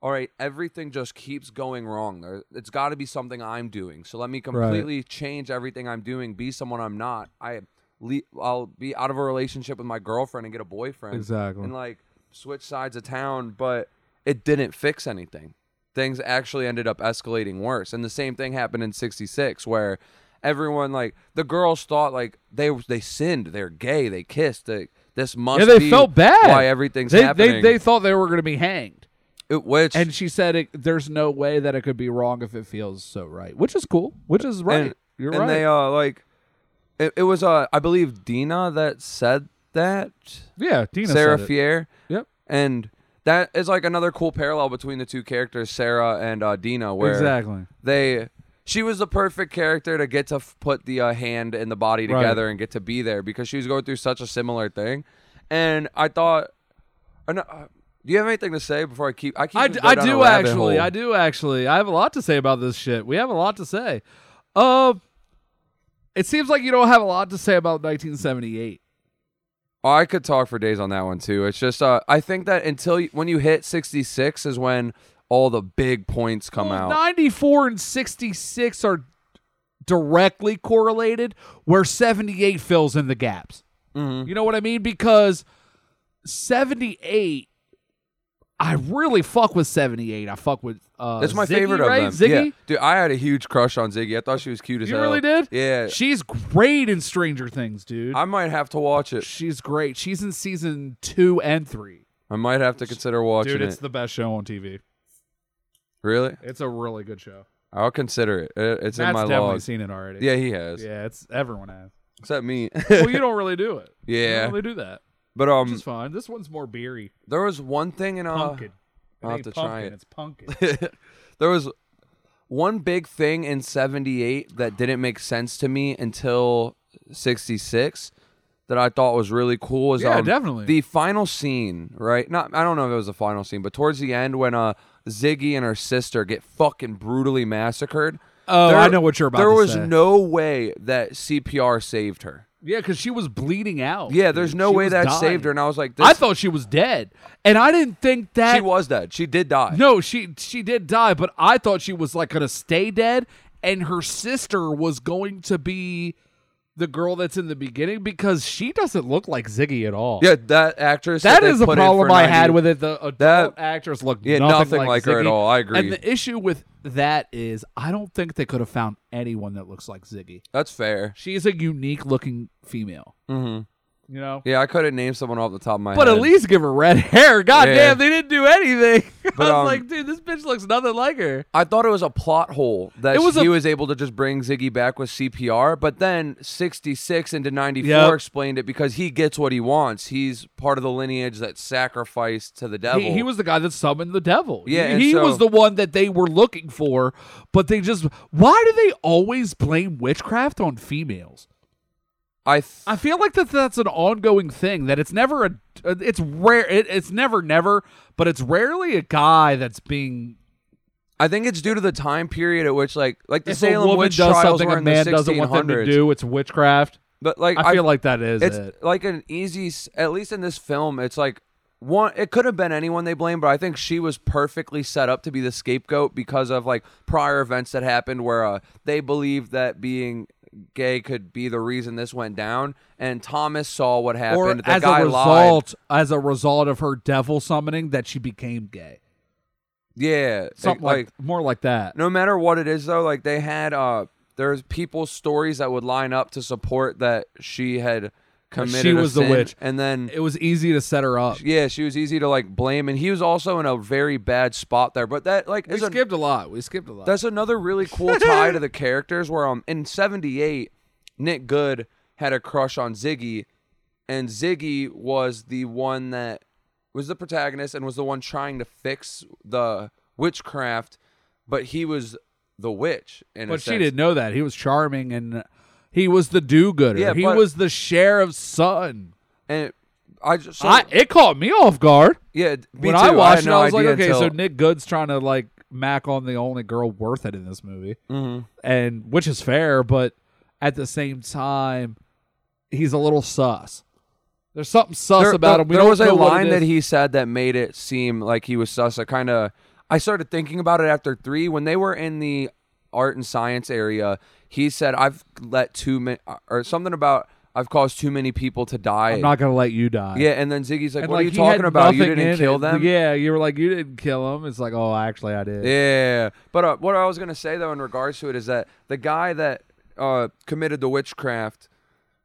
Speaker 1: all right, everything just keeps going wrong. There, it's got to be something I'm doing. So let me completely change everything I'm doing, be someone I'm not. I, le- I'll be out of a relationship with my girlfriend and get a boyfriend
Speaker 2: Exactly.
Speaker 1: and like switch sides of town, but it didn't fix anything. Things actually ended up escalating worse. And the same thing happened in 66 where everyone like the girls thought like they they sinned, they're gay, they kissed, they, this must
Speaker 2: yeah, they
Speaker 1: be
Speaker 2: felt bad.
Speaker 1: why everything's
Speaker 2: they,
Speaker 1: happening.
Speaker 2: They, they thought they were going to be hanged,
Speaker 1: It- which
Speaker 2: and she said, it, "There's no way that it could be wrong if it feels so right," which is cool. Which is right.
Speaker 1: And,
Speaker 2: You're
Speaker 1: and
Speaker 2: right.
Speaker 1: they uh like it, it was uh I believe Dina that said that
Speaker 2: yeah, Tina
Speaker 1: Sarah
Speaker 2: said it.
Speaker 1: Fier.
Speaker 2: Yep.
Speaker 1: And that is like another cool parallel between the two characters, Sarah and uh, Dina, where
Speaker 2: Exactly.
Speaker 1: they she was the perfect character to get to f- put the uh, hand and the body
Speaker 2: Right.
Speaker 1: together and get to be there because she was going through such a similar thing and i thought and, uh, do you have anything to say before i keep i keep
Speaker 2: I,
Speaker 1: just
Speaker 2: d-
Speaker 1: go
Speaker 2: I
Speaker 1: down a
Speaker 2: do
Speaker 1: rabbit
Speaker 2: actually.
Speaker 1: hole.
Speaker 2: I do actually. I have a lot to say about this shit. We have a lot to say. Uh, it seems like you don't have a lot to say about 1978.
Speaker 1: Oh, I could talk for days on that one too. It's just uh, I think that until you, when you hit 66 is when all the big points come
Speaker 2: Well,
Speaker 1: out.
Speaker 2: 94 and 66 are directly correlated, where 78 fills in the gaps.
Speaker 1: Mm-hmm.
Speaker 2: You know what I mean? Because 78, I really fuck with 78. I fuck with. Uh,
Speaker 1: That's my
Speaker 2: Ziggy,
Speaker 1: favorite of
Speaker 2: right?
Speaker 1: them.
Speaker 2: Ziggy?
Speaker 1: Yeah. Dude, I had a huge crush on Ziggy. I thought she was cute as
Speaker 2: You
Speaker 1: hell.
Speaker 2: really did?
Speaker 1: Yeah.
Speaker 2: She's great in Stranger Things, dude.
Speaker 1: I might have to watch it.
Speaker 2: She's great. She's in season two and three.
Speaker 1: I might have to consider watching
Speaker 2: Dude, it's
Speaker 1: it.
Speaker 2: the best show on TV.
Speaker 1: really?
Speaker 2: It's a really good show.
Speaker 1: I'll consider it. It-
Speaker 2: Matt's
Speaker 1: It's in my
Speaker 2: definitely
Speaker 1: log.
Speaker 2: seen it already.
Speaker 1: Yeah, he has.
Speaker 2: Yeah, it's everyone
Speaker 1: <laughs>
Speaker 2: has.
Speaker 1: Except me.
Speaker 2: Well, you don't really do it. You
Speaker 1: Yeah.
Speaker 2: don't really do that.
Speaker 1: but
Speaker 2: Which
Speaker 1: um
Speaker 2: is fine. This one's more beery.
Speaker 1: there was one thing in uh
Speaker 2: Pumpkin. It
Speaker 1: I'll have
Speaker 2: ain't
Speaker 1: to try
Speaker 2: pumpkin,
Speaker 1: it.
Speaker 2: It's
Speaker 1: <laughs>
Speaker 2: pumpkin.
Speaker 1: there was one big thing in 78 that didn't make sense to me until 66 that I thought was really cool is
Speaker 2: Yeah,
Speaker 1: um,
Speaker 2: definitely.
Speaker 1: the final scene, right? Not I don't know if it was the final scene, but towards the end when uh Ziggy and her sister get fucking brutally massacred.
Speaker 2: Oh, I know what you're about
Speaker 1: There
Speaker 2: to
Speaker 1: was
Speaker 2: say.
Speaker 1: no way that CPR saved her.
Speaker 2: yeah, because she was bleeding out.
Speaker 1: Yeah, there's
Speaker 2: dude.
Speaker 1: no
Speaker 2: She
Speaker 1: way
Speaker 2: was
Speaker 1: that
Speaker 2: dying.
Speaker 1: saved her and I was like this
Speaker 2: I thought she was dead, and I didn't think that
Speaker 1: she was dead. She did die.
Speaker 2: No, she she did die, but I thought she was like gonna stay dead, and her sister was going to be the girl that's in the beginning because she doesn't look like Ziggy at all.
Speaker 1: Yeah, that actress
Speaker 2: that
Speaker 1: they
Speaker 2: is a
Speaker 1: put in
Speaker 2: problem
Speaker 1: for
Speaker 2: I had
Speaker 1: 90
Speaker 2: with it. The adult
Speaker 1: That-
Speaker 2: actress looked
Speaker 1: Yeah,
Speaker 2: nothing,
Speaker 1: nothing
Speaker 2: like,
Speaker 1: like her at
Speaker 2: Ziggy.
Speaker 1: all. I agree.
Speaker 2: And the issue with that is I don't think they could have found anyone that looks like Ziggy.
Speaker 1: That's fair.
Speaker 2: She's a unique looking female.
Speaker 1: Mhm.
Speaker 2: You know.
Speaker 1: Yeah, I couldn't name someone off the top of my
Speaker 2: Mm-hmm. But
Speaker 1: head.
Speaker 2: at least give her red <laughs> hair. God
Speaker 1: Yeah.
Speaker 2: damn, they didn't do anything. <laughs> I
Speaker 1: But,
Speaker 2: was
Speaker 1: um,
Speaker 2: like, dude, this bitch looks nothing like her.
Speaker 1: I thought it was a plot hole that
Speaker 2: It was
Speaker 1: he
Speaker 2: a-
Speaker 1: was able to just bring Ziggy back with CPR, but then 66 into 94
Speaker 2: Yep.
Speaker 1: explained it because he gets what he wants. He's part of the lineage that's sacrificed to the devil.
Speaker 2: He, he was the guy that summoned the devil.
Speaker 1: Yeah,
Speaker 2: He-
Speaker 1: and
Speaker 2: he
Speaker 1: so-
Speaker 2: was the one that they were looking for, but they just. Why do they always blame witchcraft on females?
Speaker 1: I th-
Speaker 2: I feel like that that's an ongoing thing. That it's never a. It's rare. It, it's never never, but it's rarely a guy that's being.
Speaker 1: I think it's due to the time period at which like like the
Speaker 2: If a
Speaker 1: Salem
Speaker 2: woman
Speaker 1: witch
Speaker 2: does
Speaker 1: trials
Speaker 2: something
Speaker 1: were
Speaker 2: a
Speaker 1: in the
Speaker 2: man
Speaker 1: 1600s.
Speaker 2: doesn't want them to do, it's witchcraft.
Speaker 1: But like
Speaker 2: I feel like that is
Speaker 1: it's
Speaker 2: it.
Speaker 1: like an easy s- at least in this film it's like one it could have been anyone they blame but i think she was perfectly set up to be the scapegoat because of like prior events that happened where uh, they believed that being gay could be the reason this went down and thomas saw what happened
Speaker 2: Or
Speaker 1: the
Speaker 2: as
Speaker 1: guy
Speaker 2: a
Speaker 1: lied
Speaker 2: result, as a result of her devil summoning, that she became gay.
Speaker 1: yeah
Speaker 2: Something
Speaker 1: like,
Speaker 2: like more like that.
Speaker 1: no matter what it is though like they had uh there's people's stories that would line up to support that she had committed a
Speaker 2: was the
Speaker 1: sin,
Speaker 2: witch.
Speaker 1: and then
Speaker 2: It was easy to set her up.
Speaker 1: yeah, she was easy to like blame, and he was also in a very bad spot there. But that like
Speaker 2: We
Speaker 1: is a-
Speaker 2: skipped a lot. We skipped a lot.
Speaker 1: that's another really cool
Speaker 2: <laughs>
Speaker 1: tie to the characters. Where um in '78, Nick Good had a crush on Ziggy, and Ziggy was the one that was the protagonist and was the one trying to fix the witchcraft, but he was the witch. In a
Speaker 2: but she
Speaker 1: sense.
Speaker 2: didn't know that. He was charming and uh, he was the do-gooder.
Speaker 1: Yeah,
Speaker 2: he
Speaker 1: but-
Speaker 2: was the sheriff's son.
Speaker 1: and I just so,
Speaker 2: I it caught me off guard
Speaker 1: yeah. Me
Speaker 2: when
Speaker 1: too.
Speaker 2: I
Speaker 1: I,
Speaker 2: watched
Speaker 1: had no
Speaker 2: it. I was like,
Speaker 1: idea
Speaker 2: okay,
Speaker 1: until,
Speaker 2: so Nick Good's trying to like mac on the only girl worth it in this movie,
Speaker 1: Mhm.
Speaker 2: and which is fair, but at the same time, he's a little sus. There's something sus
Speaker 1: there,
Speaker 2: about
Speaker 1: there-
Speaker 2: him. We
Speaker 1: there
Speaker 2: don't
Speaker 1: was a
Speaker 2: know what it
Speaker 1: line
Speaker 2: is.
Speaker 1: that he said that made it seem like he was sus. It kind of I started thinking about it after three when they were in the art and science area. He said, "I've let too many," or something about "I've caused too many people to die."
Speaker 2: I'm not gonna let you die.
Speaker 1: yeah, and then Ziggy's like,
Speaker 2: And,
Speaker 1: "What are you
Speaker 2: he had
Speaker 1: talking about? You
Speaker 2: nothing in
Speaker 1: didn't kill
Speaker 2: it.
Speaker 1: them."
Speaker 2: Yeah, you were like, you didn't kill him. It's like, oh, actually, I did.
Speaker 1: Yeah, but uh, what I was gonna say though in regards to it is that the guy that uh, committed the witchcraft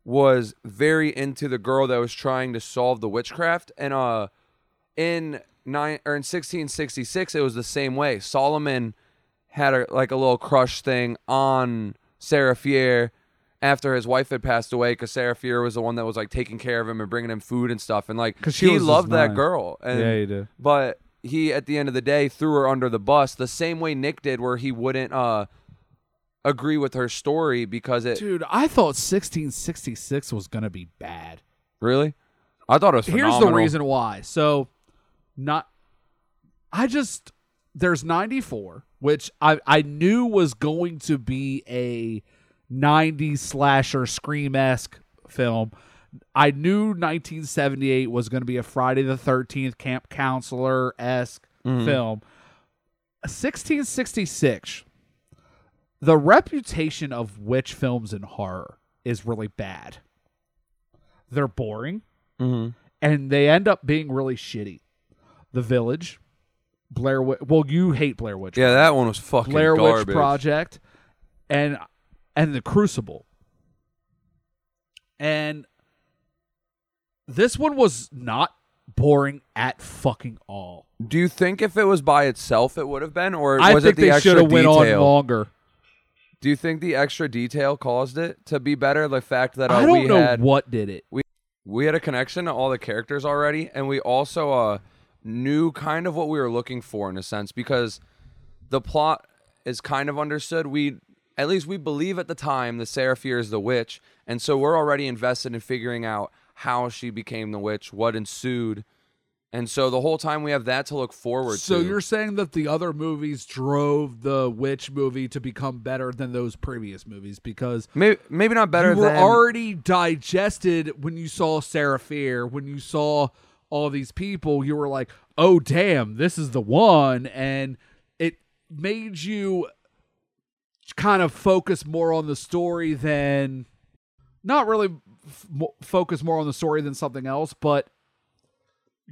Speaker 1: was very into the girl that was trying to solve the witchcraft, and uh, in nine or in sixteen sixty six, it was the same way. Solomon had a, like a little crush thing on Sarah Fier after his wife had passed away, because Sarah Fier was the one that was like taking care of him and bringing him food and stuff, and like
Speaker 2: 'Cause she
Speaker 1: he
Speaker 2: was his
Speaker 1: loved that
Speaker 2: knight.
Speaker 1: girl, and
Speaker 2: yeah, you did.
Speaker 1: but he at the end of the day threw her under the bus the same way Nick did where he wouldn't uh agree with her story because it
Speaker 2: Dude, I thought 1666 was gonna be bad.
Speaker 1: really I thought it was phenomenal.
Speaker 2: Here's the reason why. So, not. I just there's 94, which I I knew was going to be a 90s slasher scream esque film. I knew 1978 was going to be a Friday the 13th camp counselor esque
Speaker 1: Mm-hmm.
Speaker 2: film. 1666. The reputation of witch films and horror is really bad. They're boring
Speaker 1: Mhm.
Speaker 2: and they end up being really shitty. The Village, Blair. Wi- well, you hate Blair Witch.
Speaker 1: yeah that one was fucking
Speaker 2: Blair
Speaker 1: garbage
Speaker 2: Witch Project, and and the Crucible. And this one was not boring at fucking all.
Speaker 1: do you think if it was by itself it would have been or
Speaker 2: I
Speaker 1: was
Speaker 2: think
Speaker 1: it the
Speaker 2: they should
Speaker 1: extra
Speaker 2: have went on
Speaker 1: detail
Speaker 2: longer.
Speaker 1: do you think the extra detail caused it to be better the fact that uh,
Speaker 2: I don't
Speaker 1: we
Speaker 2: know
Speaker 1: had
Speaker 2: what did it.
Speaker 1: we had a connection to all the characters already and we also uh knew kind of what we were looking for in a sense because the plot is kind of understood we at least we believe at the time the seraphir is the witch and so we're already invested in figuring out how she became the witch what ensued and so the whole time we have that to look forward
Speaker 2: So
Speaker 1: to
Speaker 2: you're saying that the other movies drove the witch movie to become better than those previous movies because
Speaker 1: maybe, maybe not better
Speaker 2: you were
Speaker 1: than
Speaker 2: already digested when you saw Sarah Fear, when you saw all these people, you were like, oh, damn, this is the one. And it made you kind of focus more on the story than, not really f- mo- focus more on the story than something else, but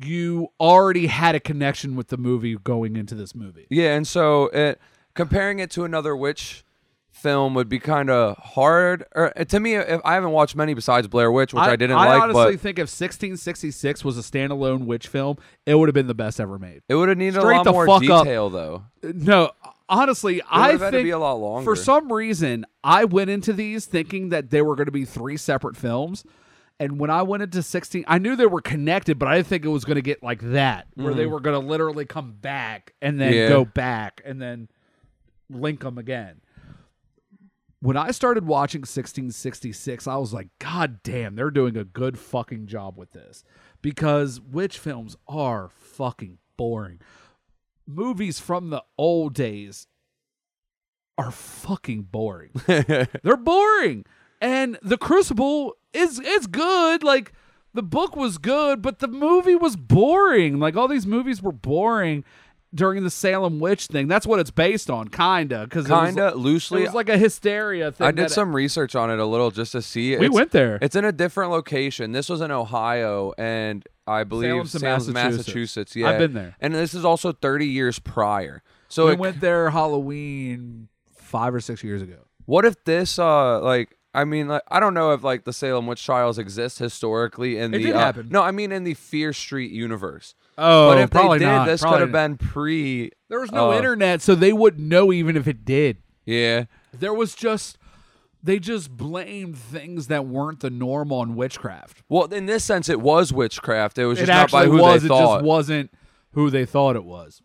Speaker 2: you already had a connection with the movie going into this movie.
Speaker 1: Yeah, and so it comparing it to another witch film would be kind of hard. Or uh, to me, if I haven't watched many besides Blair Witch, which I, didn't like,
Speaker 2: honestly
Speaker 1: but
Speaker 2: think if 1666 was a standalone witch film, it would have been the best ever made.
Speaker 1: it would have needed a
Speaker 2: straight
Speaker 1: lot
Speaker 2: the
Speaker 1: more
Speaker 2: fuck up.
Speaker 1: detail, though.
Speaker 2: No, honestly, I
Speaker 1: would've had
Speaker 2: think
Speaker 1: to be a lot longer.
Speaker 2: For some reason, I went into these thinking that they were going to be three separate films, and when I went into sixteen, I knew they were connected, but I didn't think it was going to get like that, where they were going to literally come back and then
Speaker 1: Mm. Yeah.
Speaker 2: go back and then link them again. When I started watching 1666, I was like, God damn, they're doing a good fucking job with this. Because witch films are fucking boring. Movies from the old days are fucking
Speaker 1: <laughs>
Speaker 2: boring. They're boring. And The Crucible is it's good. Like the book was good, but the movie was boring. Like all these movies were boring during the Salem witch thing. That's what it's based on, kinda. Because
Speaker 1: Kinda
Speaker 2: it was,
Speaker 1: loosely.
Speaker 2: like a hysteria thing.
Speaker 1: I did
Speaker 2: that-
Speaker 1: some research on it a little just to see.
Speaker 2: We
Speaker 1: it's,
Speaker 2: went there.
Speaker 1: It's in a different location. This was in Ohio, and I believe
Speaker 2: Salem's in
Speaker 1: Salem's,
Speaker 2: Massachusetts.
Speaker 1: Massachusetts. Yeah,
Speaker 2: I've been there.
Speaker 1: and this is also 30 years prior. So
Speaker 2: we
Speaker 1: it
Speaker 2: went there Halloween five or six years ago.
Speaker 1: What if this, uh, like, I mean, like, I don't know if like the Salem witch trials exist historically in
Speaker 2: It
Speaker 1: the
Speaker 2: did
Speaker 1: uh,
Speaker 2: happen.
Speaker 1: no, I mean in the Fear Street universe.
Speaker 2: Oh,
Speaker 1: but if
Speaker 2: probably
Speaker 1: they did,
Speaker 2: not.
Speaker 1: this
Speaker 2: Probably
Speaker 1: could have
Speaker 2: not.
Speaker 1: been pre.
Speaker 2: There was no
Speaker 1: uh,
Speaker 2: internet, so they wouldn't know even if it did.
Speaker 1: Yeah,
Speaker 2: There was just they just blamed things that weren't the norm on witchcraft.
Speaker 1: well, in this sense, it was witchcraft. It was
Speaker 2: It
Speaker 1: just not by
Speaker 2: actually
Speaker 1: who
Speaker 2: was.
Speaker 1: they
Speaker 2: It
Speaker 1: thought,
Speaker 2: just wasn't who they thought it was,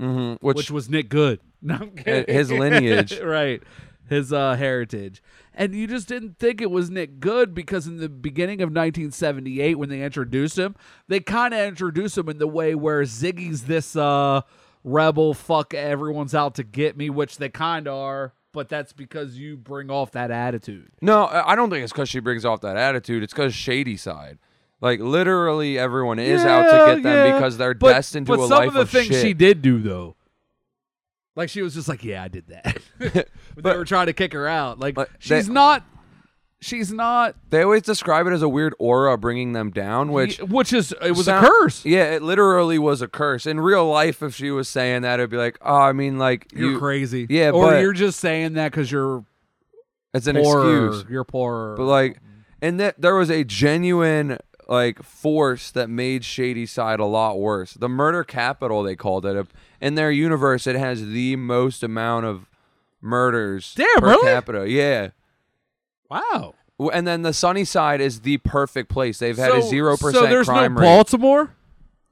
Speaker 1: Mhm, which,
Speaker 2: which was Nick Good. <laughs> No, I'm kidding.
Speaker 1: his lineage.
Speaker 2: <laughs> right? His uh, heritage, and you just didn't think it was Nick Good because in the beginning of 1978, when they introduced him, they kind of introduced him in the way where Ziggy's this uh, rebel, fuck everyone's out to get me, which they kind of are, but that's because you bring off that attitude.
Speaker 1: no, I I don't think it's because she brings off that attitude. It's because shady side. Like literally, everyone is out to get them
Speaker 2: Yeah, yeah.
Speaker 1: because they're
Speaker 2: But-
Speaker 1: destined to
Speaker 2: but
Speaker 1: a
Speaker 2: some
Speaker 1: life
Speaker 2: of the things
Speaker 1: shit.
Speaker 2: she did do though. Like she was just like, yeah, I did that. <laughs> but, they
Speaker 1: <laughs> But-
Speaker 2: were trying to kick her out. Like
Speaker 1: But they-
Speaker 2: she's not. She's not.
Speaker 1: They always describe it as a weird aura bringing them down, which
Speaker 2: Which, which is it was
Speaker 1: sound-
Speaker 2: a curse.
Speaker 1: Yeah, it literally was a curse. In real life, if she was saying that, it'd be like, oh, I mean, like
Speaker 2: You're
Speaker 1: you-
Speaker 2: crazy.
Speaker 1: Yeah,
Speaker 2: or
Speaker 1: but-
Speaker 2: you're just saying that because you're
Speaker 1: It's an
Speaker 2: poorer.
Speaker 1: excuse.
Speaker 2: You're poorer.
Speaker 1: But like, and that there was a genuine like force that made Shady Side a lot worse. The murder capital they called it. In their universe, it has the most amount of murders
Speaker 2: Damn,
Speaker 1: per
Speaker 2: really?
Speaker 1: capita. Yeah.
Speaker 2: wow.
Speaker 1: W- And then the sunny side is the perfect place. They've had
Speaker 2: so,
Speaker 1: a zero percent
Speaker 2: So there's
Speaker 1: crime
Speaker 2: no
Speaker 1: rate.
Speaker 2: Baltimore.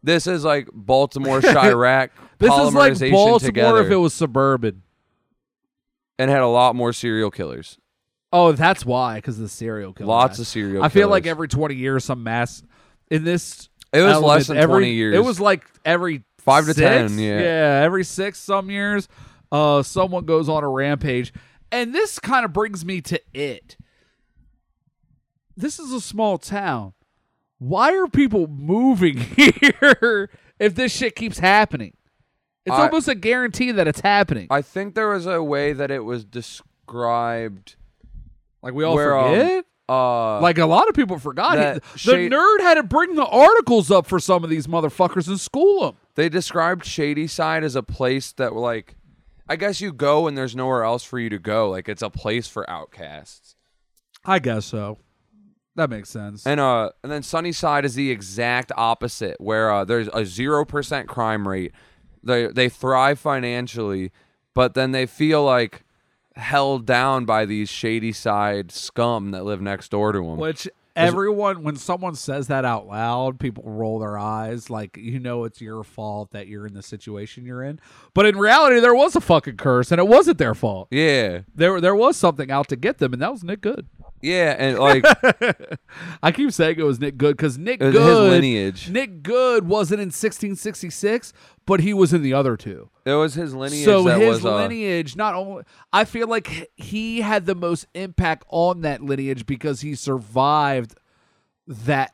Speaker 1: this
Speaker 2: <laughs>
Speaker 1: is like Baltimore, Chirac.
Speaker 2: This is like
Speaker 1: polymerization
Speaker 2: Baltimore
Speaker 1: together,
Speaker 2: if it was suburban.
Speaker 1: and had a lot more serial killers.
Speaker 2: Oh, that's why because the serial killer.
Speaker 1: Lots
Speaker 2: mass-
Speaker 1: of serial
Speaker 2: I feel like
Speaker 1: killers.
Speaker 2: every twenty years, some mass in this.
Speaker 1: It was
Speaker 2: element,
Speaker 1: less than
Speaker 2: every-
Speaker 1: 20 years.
Speaker 2: It was like every
Speaker 1: Five to
Speaker 2: six,
Speaker 1: 10, yeah.
Speaker 2: yeah, every six some years, uh, someone goes on a rampage, and this kind of brings me to it. This is a small town. Why are people moving <laughs> here if this shit keeps happening? It's
Speaker 1: I-
Speaker 2: almost a guarantee that it's happening.
Speaker 1: I think there was a way that it was described
Speaker 2: like we all
Speaker 1: where um,
Speaker 2: forget.
Speaker 1: uh,
Speaker 2: Like a lot of people forgot.
Speaker 1: that
Speaker 2: it. the
Speaker 1: shade-
Speaker 2: nerd had to bring the articles up for some of these motherfuckers and school them.
Speaker 1: they described shady side as a place that like i guess you go and there's nowhere else for you to go like it's a place for outcasts
Speaker 2: I guess so. That makes sense.
Speaker 1: and uh and then sunnyside is the exact opposite where uh there's a 0% crime rate they they thrive financially but then they feel like held down by these shady side scum that live next door to them
Speaker 2: Which everyone, when someone says that out loud, people roll their eyes like you know it's your fault that you're in the situation you're in. But in reality, there was a fucking curse, and it wasn't their fault.
Speaker 1: yeah
Speaker 2: There, there was something out to get them, and that was Nick Good.
Speaker 1: yeah
Speaker 2: <laughs>
Speaker 1: and like
Speaker 2: I keep saying it was Nick Good because Nick
Speaker 1: It was his
Speaker 2: Good
Speaker 1: lineage.
Speaker 2: Nick Good wasn't in 1666, but he was in the other two.
Speaker 1: it was his lineage
Speaker 2: so
Speaker 1: that
Speaker 2: his
Speaker 1: was uh,
Speaker 2: lineage not only i feel like h- he had the most impact on that lineage because he survived that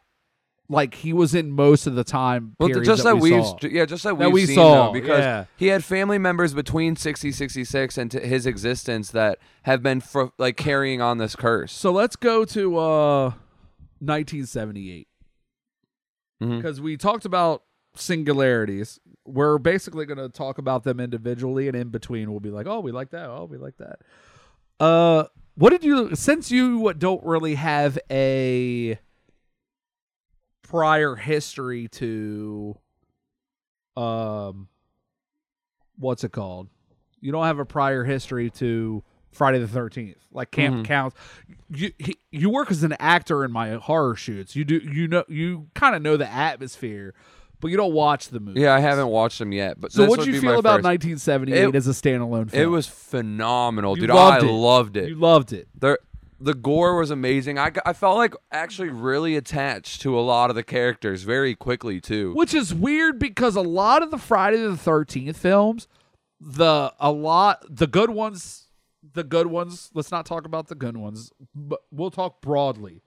Speaker 2: like he was in most of the time
Speaker 1: Well,
Speaker 2: periods
Speaker 1: just that,
Speaker 2: we
Speaker 1: we've,
Speaker 2: saw.
Speaker 1: ju- yeah, just that,
Speaker 2: That
Speaker 1: we've
Speaker 2: we
Speaker 1: seen,
Speaker 2: saw,
Speaker 1: though, because
Speaker 2: yeah.
Speaker 1: he had family members between 60, 66 and to his existence that have been fro like carrying on this curse.
Speaker 2: so let's go to uh 1978
Speaker 1: Mhm.
Speaker 2: because we talked about singularities we're basically going to talk about them individually and in between we'll be like oh we like that oh we like that uh what did you since you don't really have a prior history to um what's it called you don't have a prior history to friday the 13th like
Speaker 1: Mm-hmm.
Speaker 2: camp counts you he, you work as an actor in my horror shoots you do you know you kind of know the atmosphere but you don't watch the movie
Speaker 1: Yeah, I haven't watched them yet, but
Speaker 2: so
Speaker 1: this
Speaker 2: what
Speaker 1: would
Speaker 2: did you
Speaker 1: be
Speaker 2: feel
Speaker 1: my
Speaker 2: about
Speaker 1: first.
Speaker 2: 1978
Speaker 1: It-
Speaker 2: as a standalone film
Speaker 1: It was phenomenal,
Speaker 2: You
Speaker 1: dude.
Speaker 2: loved
Speaker 1: I
Speaker 2: it.
Speaker 1: loved it.
Speaker 2: you loved it
Speaker 1: There, the gore was amazing. I, g- I felt like actually really attached to a lot of the characters very quickly too.
Speaker 2: which is weird because a lot of the Friday the Thirteenth films, the a lot the good ones, the good ones. Let's not talk about the good ones, but we'll talk broadly.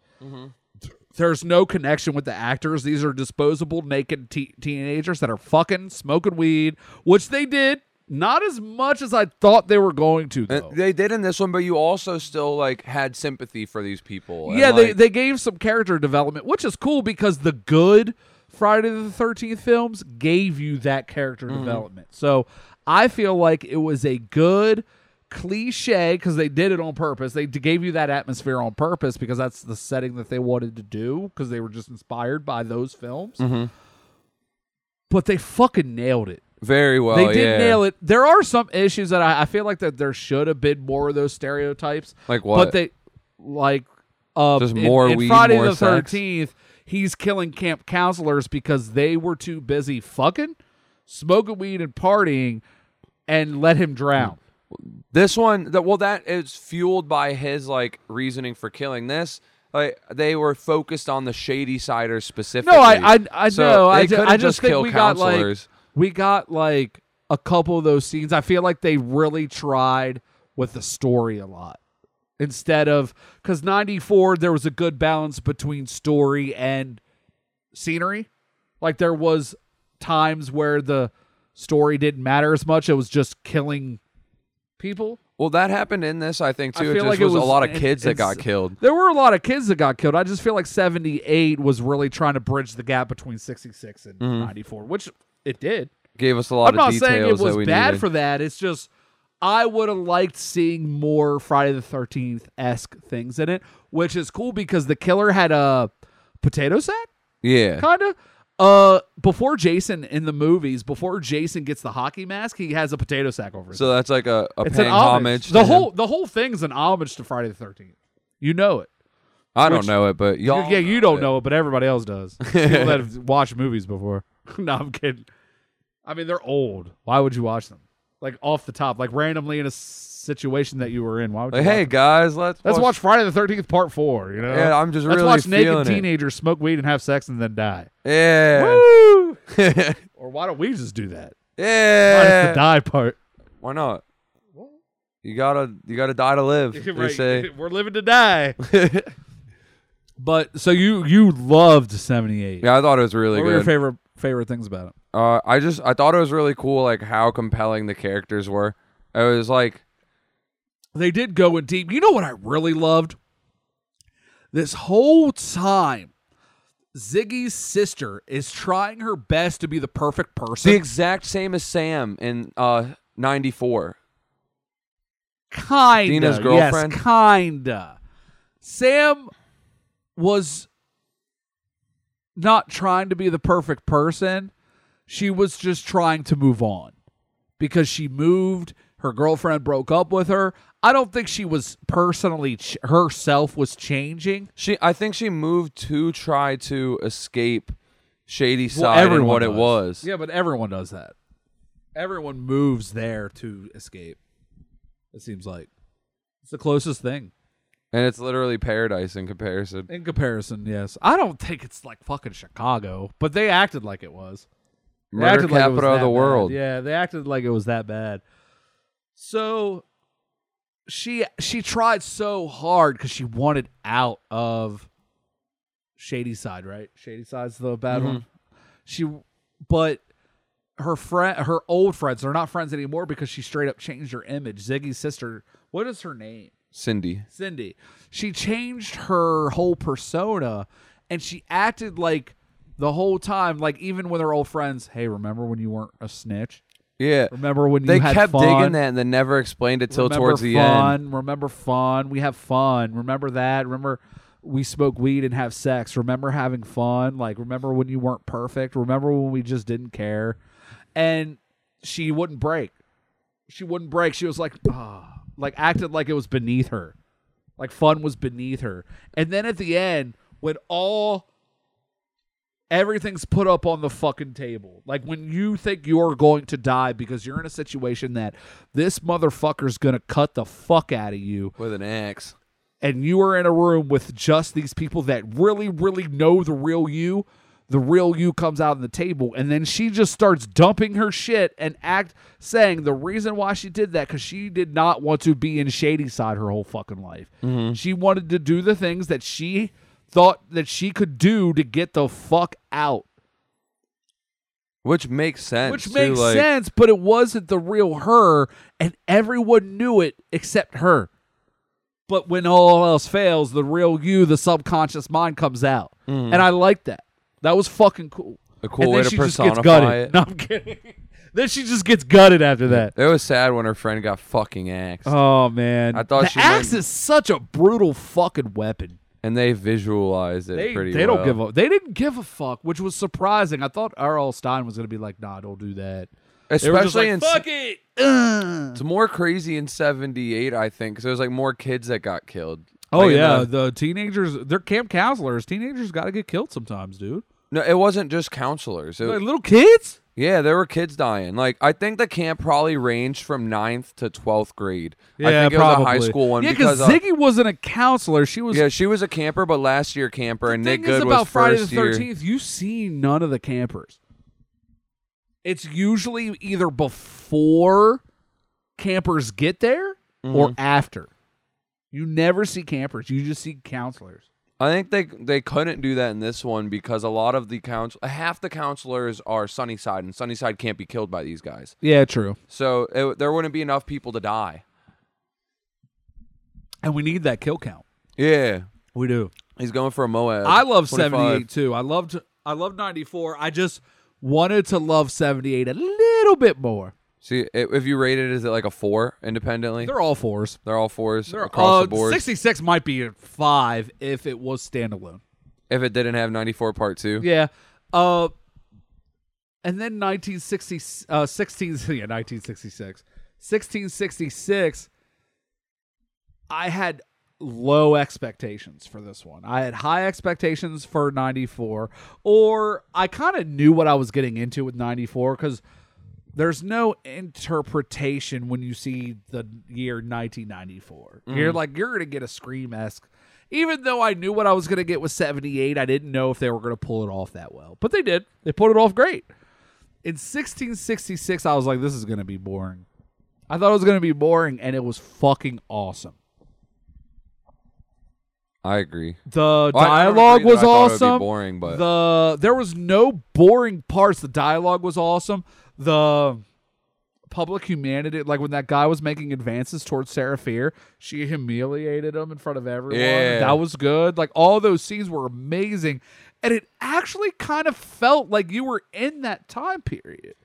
Speaker 2: There's no connection with the actors. These are disposable naked te- teenagers that are fucking smoking weed, which they did not as much as I thought they were going to.
Speaker 1: And
Speaker 2: Though.
Speaker 1: Uh, they did in this one, but you also still like had sympathy for these people. and,
Speaker 2: Yeah, they,
Speaker 1: like-
Speaker 2: they gave some character development, which is cool because the good Friday the 13th films gave you that character
Speaker 1: Mm-hmm.
Speaker 2: development. So I feel like it was a good cliche because they did it on purpose. They d- gave you that atmosphere on purpose because that's the setting that they wanted to do because they were just inspired by those films.
Speaker 1: Mm-hmm.
Speaker 2: But they fucking nailed it
Speaker 1: very well.
Speaker 2: they did
Speaker 1: yeah.
Speaker 2: nail it. There are some issues that I, I feel like that there should have been more of those stereotypes.
Speaker 1: Like what?
Speaker 2: But they like uh,
Speaker 1: Just
Speaker 2: in-
Speaker 1: more
Speaker 2: in
Speaker 1: weed,
Speaker 2: Friday
Speaker 1: more
Speaker 2: the
Speaker 1: sex?
Speaker 2: Thirteenth. He's killing camp counselors because they were too busy fucking, smoking weed and partying, and let him drown.
Speaker 1: This one, that well, that is fueled by his like reasoning for killing this. Like they were focused on the shady siders specifically.
Speaker 2: No, I I, I
Speaker 1: So
Speaker 2: know. I,
Speaker 1: they
Speaker 2: ju-
Speaker 1: could've
Speaker 2: I just,
Speaker 1: just
Speaker 2: think
Speaker 1: killed
Speaker 2: we got like
Speaker 1: counselors.
Speaker 2: we got like a couple of those scenes. I feel like they really tried with the story a lot instead of because ninety four there was a good balance between story and
Speaker 3: scenery.
Speaker 2: Like there was times where the story didn't matter as much; it was just killing people.
Speaker 1: Well, that happened in this, I think,
Speaker 2: I
Speaker 1: too. It
Speaker 2: feel
Speaker 1: just
Speaker 2: like it
Speaker 1: was, a
Speaker 2: was-
Speaker 1: lot of
Speaker 2: it-
Speaker 1: kids that got
Speaker 2: it's-
Speaker 1: killed.
Speaker 2: There were a lot of kids that got killed. I just feel like 78 was really trying to bridge the gap between 66 and 94, which it did.
Speaker 1: Gave us Mm-hmm. a lot
Speaker 2: I'm not
Speaker 1: of details
Speaker 2: saying it was
Speaker 1: that we
Speaker 2: bad
Speaker 1: needed.
Speaker 2: for that. It's just I would have liked seeing more Friday the 13th esque things in it, which is cool because the killer had a potato sack,
Speaker 1: yeah.
Speaker 2: kind of. Uh, before Jason in the movies, before Jason gets the hockey mask, he has a potato sack over his
Speaker 1: So that's like a, a
Speaker 2: it's
Speaker 1: paying
Speaker 2: an homage.
Speaker 1: homage.
Speaker 2: The
Speaker 1: to him.
Speaker 2: whole the whole thing's an homage to Friday the Thirteenth. You know it.
Speaker 1: I don't
Speaker 2: which-
Speaker 1: know it, but y'all.
Speaker 2: yeah, you don't know it, but everybody else
Speaker 1: <laughs>
Speaker 2: does. People that have watched movies before. <laughs> no, I'm kidding. I mean, they're old. Why would you watch them? Like off the top, like randomly in a situation that you were in. Why would you?
Speaker 1: Like,
Speaker 2: watch
Speaker 1: hey
Speaker 2: them?
Speaker 1: guys, let's
Speaker 2: let's watch Friday the Thirteenth Part Four. You know,
Speaker 1: Yeah, I'm just
Speaker 2: let's
Speaker 1: really
Speaker 2: watch
Speaker 1: feeling
Speaker 2: naked
Speaker 1: it.
Speaker 2: teenagers smoke weed and have sex and then die.
Speaker 1: Yeah,
Speaker 2: Woo!
Speaker 1: <laughs>
Speaker 2: or why don't we just do that? Minus the
Speaker 1: yeah.
Speaker 2: die part.
Speaker 1: Why not? You gotta you gotta die to live. <laughs>
Speaker 2: <laughs>
Speaker 1: They
Speaker 2: Right.
Speaker 1: say.
Speaker 2: We're living to
Speaker 1: <laughs>
Speaker 2: die. But so you you loved seventy eight.
Speaker 1: yeah, I thought it was really
Speaker 2: what were your
Speaker 1: good.
Speaker 2: favorite favorite things about it?
Speaker 1: uh, I just I thought it was really cool, like how compelling the characters were. It was like
Speaker 2: They did go in deep. You know what I really loved? This whole time, Ziggy's sister is trying her best to be the perfect person.
Speaker 1: the exact same as Sam in uh '94.
Speaker 2: kinda.
Speaker 1: Dina's
Speaker 2: yes,
Speaker 1: girlfriend?
Speaker 2: kinda. Sam was not trying to be the perfect person. She was just trying to move on because she moved. Her girlfriend broke up with her. I don't think she was personally, ch- herself was changing.
Speaker 1: She, I think she moved to try to escape Shady Side
Speaker 2: Well,
Speaker 1: and what it was.
Speaker 2: does. Yeah, but everyone does that. Everyone moves there to escape. It seems like it's the closest thing.
Speaker 1: And it's literally paradise in comparison.
Speaker 2: In comparison, yes. I don't think it's like fucking Chicago, but they acted like it was. They
Speaker 1: Murder
Speaker 2: acted like it
Speaker 1: capital
Speaker 2: was
Speaker 1: of
Speaker 2: that
Speaker 1: the
Speaker 2: bad.
Speaker 1: world.
Speaker 2: Yeah, they acted like it was that bad. So she she tried so hard because she wanted out of Shady Side, right? Shady Side's the
Speaker 1: Mm-hmm.
Speaker 2: bad one. She, but her friend, her old friends, they're not friends anymore because she straight up changed her image. Ziggy's sister, what is her name?
Speaker 1: Cindy.
Speaker 2: Cindy. She changed her whole persona and she acted like the whole time, like even with her old friends, hey, remember when you weren't a snitch?
Speaker 1: Yeah.
Speaker 2: Remember when
Speaker 1: They
Speaker 2: you had
Speaker 1: kept
Speaker 2: fun?
Speaker 1: digging that and then never explained it till
Speaker 2: remember
Speaker 1: towards the end.
Speaker 2: fun, Remember fun. We have fun. Remember that. Remember we smoke weed and have sex. Remember having fun. Like remember when you weren't perfect. Remember when we just didn't care. And she wouldn't break. She wouldn't break. She was like, ah, like acted like it was beneath her. Like fun was beneath her. And then at the end, when all everything's put up on the fucking table. Like when you think you're going to die because you're in a situation that this motherfucker's going to cut the fuck out of you
Speaker 1: With an axe.
Speaker 2: and you are in a room with just these people that really really know the real you, the real you comes out on the table and then she just starts dumping her shit and act saying the reason why she did that cuz she did not want to be in shady side her whole fucking life. She wanted to do the things that she thought that she could do to get the fuck out.
Speaker 1: Which makes sense.
Speaker 2: Which
Speaker 1: too,
Speaker 2: makes
Speaker 1: like,
Speaker 2: sense, but it wasn't the real her, and everyone knew it except her. But when all else fails, the real you, the subconscious mind, comes out, and I like that. That was fucking cool.
Speaker 1: Mm-hmm. A cool
Speaker 2: and
Speaker 1: way
Speaker 2: then
Speaker 1: to
Speaker 2: she just gets
Speaker 1: personify
Speaker 2: gutted.
Speaker 1: it.
Speaker 2: No, I'm kidding. <laughs> then she just gets gutted after
Speaker 1: <laughs>
Speaker 2: that.
Speaker 1: It was sad when her friend got fucking axed.
Speaker 2: Oh man,
Speaker 1: I thought
Speaker 2: the
Speaker 1: she
Speaker 2: axe
Speaker 1: meant-
Speaker 2: is such a brutal fucking weapon.
Speaker 1: and they visualized it
Speaker 2: They,
Speaker 1: pretty
Speaker 2: they
Speaker 1: well.
Speaker 2: don't give a they didn't give a fuck, which was surprising. I thought Earl Stein was gonna be like, nah, don't do that. They were just
Speaker 1: Especially
Speaker 2: like,
Speaker 1: in
Speaker 2: fuck it. Ugh.
Speaker 1: It's more crazy in 78, I think, because there was like more kids that got killed.
Speaker 2: Oh
Speaker 1: Like, in
Speaker 2: yeah,
Speaker 1: the-
Speaker 2: the teenagers, they're camp counselors. Teenagers got to get killed sometimes, dude.
Speaker 1: no, it wasn't just counselors. It-
Speaker 2: Like little kids?
Speaker 1: yeah, there were kids dying. Like, I think the camp probably ranged from 9th to 12th grade. I think it was a high school one
Speaker 2: Yeah,
Speaker 1: because.
Speaker 2: because
Speaker 1: uh,
Speaker 2: Ziggy wasn't a counselor. She was.
Speaker 1: yeah, she was a camper, but last year camper,
Speaker 2: the
Speaker 1: and
Speaker 2: thing
Speaker 1: Nick Good
Speaker 2: is
Speaker 1: was
Speaker 2: about Friday the
Speaker 1: first year.
Speaker 2: Thirteenth. You see none of the campers. It's usually either before campers
Speaker 1: Mm-hmm.
Speaker 2: get there or after. You never see campers. You just see counselors.
Speaker 1: I think they they couldn't do that in this one because a lot of the council, half the counselors are Sunnyside, and Sunnyside can't be killed by these guys,
Speaker 2: Yeah, true.
Speaker 1: so it, there wouldn't be enough people to die.
Speaker 2: And we need that kill count.
Speaker 1: Yeah,
Speaker 2: We do.
Speaker 1: he's going for a Moab.
Speaker 2: I love
Speaker 1: 25.
Speaker 2: 78 too. I loved I loved 94. I just wanted to love 78 a little bit more.
Speaker 1: See, i- if you rate it, is it like a four independently? They're,
Speaker 2: They're all fours.
Speaker 1: all fours
Speaker 2: They're uh,
Speaker 1: across the board.
Speaker 2: 66 might be a 5 if it was standalone.
Speaker 1: If it didn't have 94 part two,
Speaker 2: Yeah. Uh and then 1960 uh 16 <laughs> yeah, 1966. 1666 I had low expectations for this one. I had high expectations for 94 or I kind of knew what I was getting into with 94 cuz there's no interpretation when you see the year 1994. You're like, you're going to get a Scream esque. Even though I knew what I was going to get with 78, I didn't know if they were going to pull it off that well. But they did. They pulled it off great. In 1666, I was like, this is going to be boring. I thought it was going to be boring, and it was fucking awesome.
Speaker 1: I agree.
Speaker 2: The
Speaker 1: I- I don't
Speaker 2: dialogue
Speaker 1: agree that
Speaker 2: was
Speaker 1: I thought it would be
Speaker 2: awesome.
Speaker 1: boring, but-
Speaker 2: the there was no boring parts. The dialogue was awesome. The public humanity, like when that guy was making advances towards Sarah Fear, she humiliated him in front of everyone.
Speaker 1: Yeah.
Speaker 2: That was good. Like all those scenes were amazing, and it actually kind of felt like you were in that time period.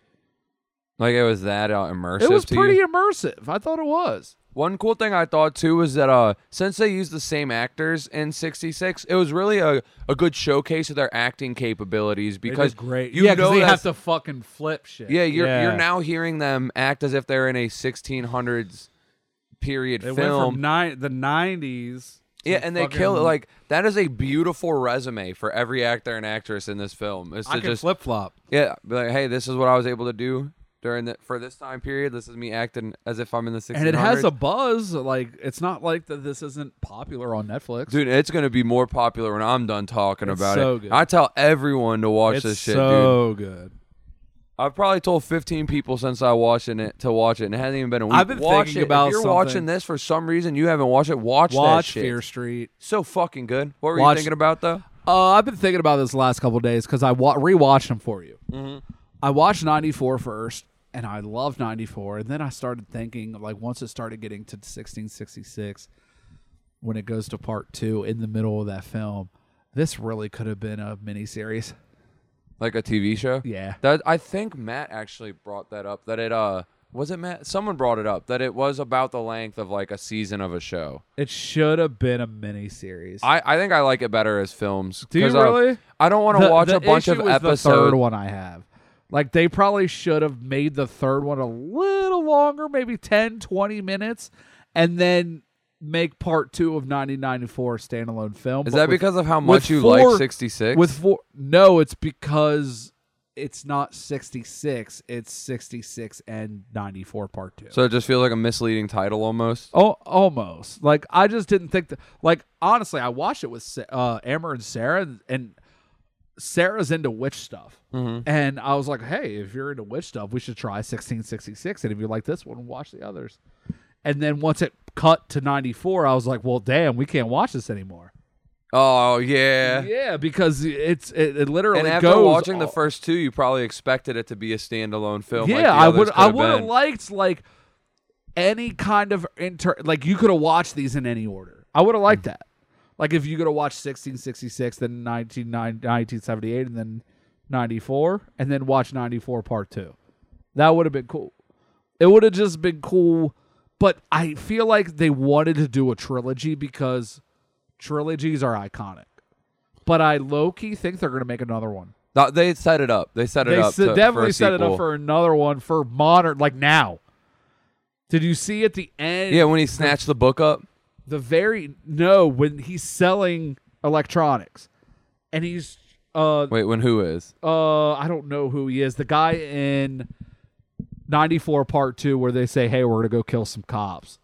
Speaker 1: Like it was that uh, immersive.
Speaker 2: It was
Speaker 1: to
Speaker 2: pretty
Speaker 1: You.
Speaker 2: immersive. I thought it was.
Speaker 1: One cool thing I thought too was that uh, since they used the same actors in '66, it was really a, a good showcase of their acting capabilities because You
Speaker 2: yeah,
Speaker 1: know
Speaker 2: they have
Speaker 1: that's-
Speaker 2: to fucking flip shit.
Speaker 1: Yeah, you're you're now hearing them act as if they're in a 1600s period
Speaker 2: It went
Speaker 1: film.
Speaker 2: from ni- the nineties.
Speaker 1: yeah, and they kill it like that is a beautiful resume for every actor and actress in this film. Is
Speaker 2: I
Speaker 1: to
Speaker 2: can
Speaker 1: just
Speaker 2: flip flop.
Speaker 1: yeah, be like hey, this is what I was able to do during the for this time period. This is me acting as if I'm in the 1600s.
Speaker 2: And it has a buzz. Like it's not like that. This isn't popular on Netflix.
Speaker 1: Dude, it's gonna be more popular when I'm done talking
Speaker 2: It's
Speaker 1: about
Speaker 2: so
Speaker 1: it.
Speaker 2: good.
Speaker 1: I tell everyone to watch
Speaker 2: it's
Speaker 1: this shit, dude.
Speaker 2: so good.
Speaker 1: I've probably told 15 people since I watching it to watch it, and it hasn't even been a week.
Speaker 2: I've been
Speaker 1: watch
Speaker 2: thinking
Speaker 1: it.
Speaker 2: about
Speaker 1: If you're
Speaker 2: something.
Speaker 1: watching this for some reason you haven't watched it, watch, that
Speaker 2: Watch
Speaker 1: shit.
Speaker 2: Fear Street.
Speaker 1: So fucking good. What were
Speaker 2: Watch-
Speaker 1: you thinking about though?
Speaker 2: Uh, I've been thinking about this the last couple of days because I wa- rewatched them for you.
Speaker 1: Mm-hmm.
Speaker 2: I watched 94 first, and I loved 94. And then I started thinking, like, once it started getting to 1666, when it goes to part two in the middle of that film, this really could have been a miniseries.
Speaker 1: Like a TV show?
Speaker 2: Yeah.
Speaker 1: That I think Matt actually brought that up. That it uh was it Matt? Someone brought it up that it was about the length of like a season of a show.
Speaker 2: It should have been a miniseries.
Speaker 1: I, I think I like it better as films.
Speaker 2: Do you
Speaker 1: 'cause I-
Speaker 2: really?
Speaker 1: I, don't want to
Speaker 2: The-
Speaker 1: watch
Speaker 2: the
Speaker 1: a bunch of
Speaker 2: issue is
Speaker 1: episodes.
Speaker 2: The third one I have. Like they probably should have made the third one a little longer, maybe 10, 20 minutes, and then make part two of 1994 a standalone film.
Speaker 1: Is
Speaker 2: But
Speaker 1: that
Speaker 2: with-
Speaker 1: because of how
Speaker 2: with
Speaker 1: much you
Speaker 2: four-
Speaker 1: like 66?
Speaker 2: with four? No, it's because it's not 66. It's 66 and 94 part two.
Speaker 1: so it just feels like a misleading title almost.
Speaker 2: Oh, almost. Like I just didn't think that. Like honestly, I watched it with Sa- uh, Amber and Sarah, and, and Sarah's into witch stuff,
Speaker 1: Mm-hmm.
Speaker 2: and I was like, "Hey, if you're into witch stuff, we should try 1666, and if you like this one, watch the others." And then once it cut to 94, I was like, "Well, damn, we can't watch this anymore."
Speaker 1: Oh yeah.
Speaker 2: Yeah, because it's it, it literally
Speaker 1: And after
Speaker 2: goes
Speaker 1: watching the
Speaker 2: all-
Speaker 1: first two, you probably expected it to be a standalone film.
Speaker 2: Yeah,
Speaker 1: like the
Speaker 2: I
Speaker 1: others
Speaker 2: would.
Speaker 1: could
Speaker 2: I
Speaker 1: have
Speaker 2: would have
Speaker 1: been.
Speaker 2: liked like any kind of inter. Like you could have watched these in any order. I would have
Speaker 1: Mm.
Speaker 2: liked that. Like if you could have watched 1666, then 19, 1978, and then 94, and then watch 94 part two. That would have been cool. It would have just been cool. But I feel like they wanted to do a trilogy because trilogies are iconic. But I low key think they're going to make another one.
Speaker 1: No, they set it up. They set it
Speaker 2: They
Speaker 1: up.
Speaker 2: s-
Speaker 1: to- for
Speaker 2: definitely
Speaker 1: a
Speaker 2: set it up
Speaker 1: sequel.
Speaker 2: for another one for modern, like now. Did you see at the end?
Speaker 1: Yeah, when he snatched the book up.
Speaker 2: The very no, when he's selling electronics, and he's uh
Speaker 1: Wait, when who is?
Speaker 2: uh I don't know who he is. The guy in ninety four part two where they say, "Hey, we're gonna go kill some cops,"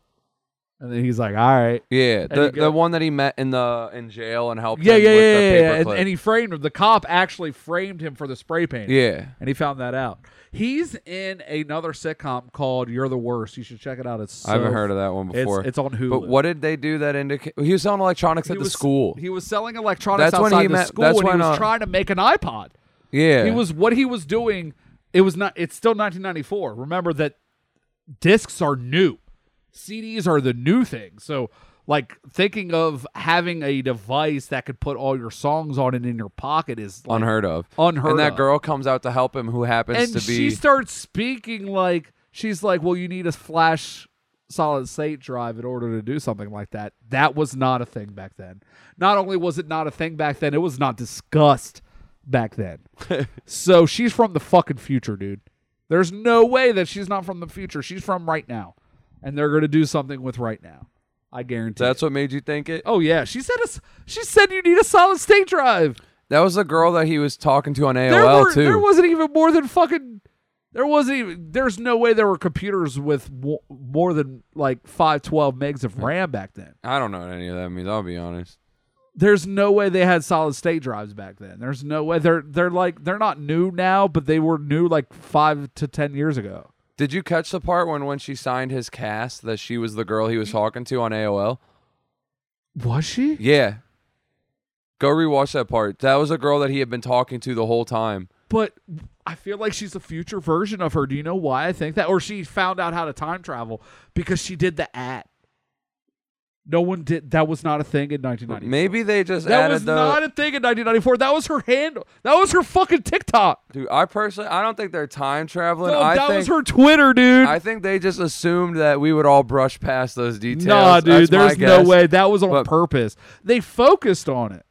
Speaker 2: And then he's like, "All right." There
Speaker 1: Yeah,
Speaker 2: you
Speaker 1: the, the
Speaker 2: go.
Speaker 1: one that he met in the in jail and helped.
Speaker 2: Yeah,
Speaker 1: him
Speaker 2: yeah,
Speaker 1: with
Speaker 2: yeah,
Speaker 1: the
Speaker 2: yeah, yeah. And,
Speaker 1: paperclip.
Speaker 2: and he framed him. The cop actually framed him for the spray paint.
Speaker 1: yeah.
Speaker 2: and he found that out. He's in another sitcom called "You're the Worst." You should check it out. It's so,
Speaker 1: I haven't heard of that one
Speaker 2: it's-
Speaker 1: before.
Speaker 2: It's, on Hulu.
Speaker 1: but what did they do that indicate? He was selling electronics
Speaker 2: He
Speaker 1: at
Speaker 2: was-
Speaker 1: the school.
Speaker 2: He was selling electronics
Speaker 1: That's when
Speaker 2: outside
Speaker 1: he
Speaker 2: the
Speaker 1: met-
Speaker 2: school,
Speaker 1: that's
Speaker 2: and he
Speaker 1: when,
Speaker 2: was
Speaker 1: uh,
Speaker 2: trying to make an iPod.
Speaker 1: yeah,
Speaker 2: He was what he was doing. It was not. It's still 1994. Remember that discs are new, CDs are the new thing. So, like thinking of having a device that could put all your songs on it in your pocket is like,
Speaker 1: unheard of.
Speaker 2: unheard
Speaker 1: And that
Speaker 2: of.
Speaker 1: girl comes out to help him, who happens
Speaker 2: and
Speaker 1: to
Speaker 2: she
Speaker 1: be.
Speaker 2: starts speaking like she's like, "Well, you need a flash solid state drive in order to do something like that." That was not a thing back then. Not only was it not a thing back then, it was not discussed back
Speaker 1: <laughs>
Speaker 2: then. so she's from the fucking future, dude. There's no way that she's not from the future. She's from right now, and they're gonna do something with right now. I guarantee.
Speaker 1: That's
Speaker 2: it.
Speaker 1: what made you think it.
Speaker 2: oh yeah, she said. us she said you need a solid state drive.
Speaker 1: That was the girl that he was talking to on AOL
Speaker 2: there were,
Speaker 1: too.
Speaker 2: There wasn't even more than fucking. There wasn't even. There's no way there were computers with mo- more than like five, twelve megs of RAM back then.
Speaker 1: I don't know what any of that means. I'll be honest.
Speaker 2: There's no way they had solid state drives back then. There's no way they're they're like they're not new now, but they were new like five to ten years ago.
Speaker 1: Did you catch the part when when she signed his cast that she was the girl he was talking to on AOL?
Speaker 2: Was she?
Speaker 1: Yeah. Go rewatch that part. That was a girl that he had been talking to the whole time.
Speaker 2: But I feel like she's a future version of her. Do you know why I think that? Or she found out how to time travel because she did the at. No one did. That was not a thing in 1994.
Speaker 1: Maybe they just
Speaker 2: That
Speaker 1: added
Speaker 2: was
Speaker 1: the.
Speaker 2: not a thing in 1994. That was her handle. That was her fucking TikTok.
Speaker 1: dude, I personally, I don't think they're time traveling.
Speaker 2: No,
Speaker 1: I
Speaker 2: that
Speaker 1: think,
Speaker 2: was her Twitter, dude.
Speaker 1: I think they just assumed that we would all brush past those details.
Speaker 2: nah, dude.
Speaker 1: That's my
Speaker 2: There's no
Speaker 1: guess.
Speaker 2: way. That was on
Speaker 1: But-
Speaker 2: purpose. They focused on it.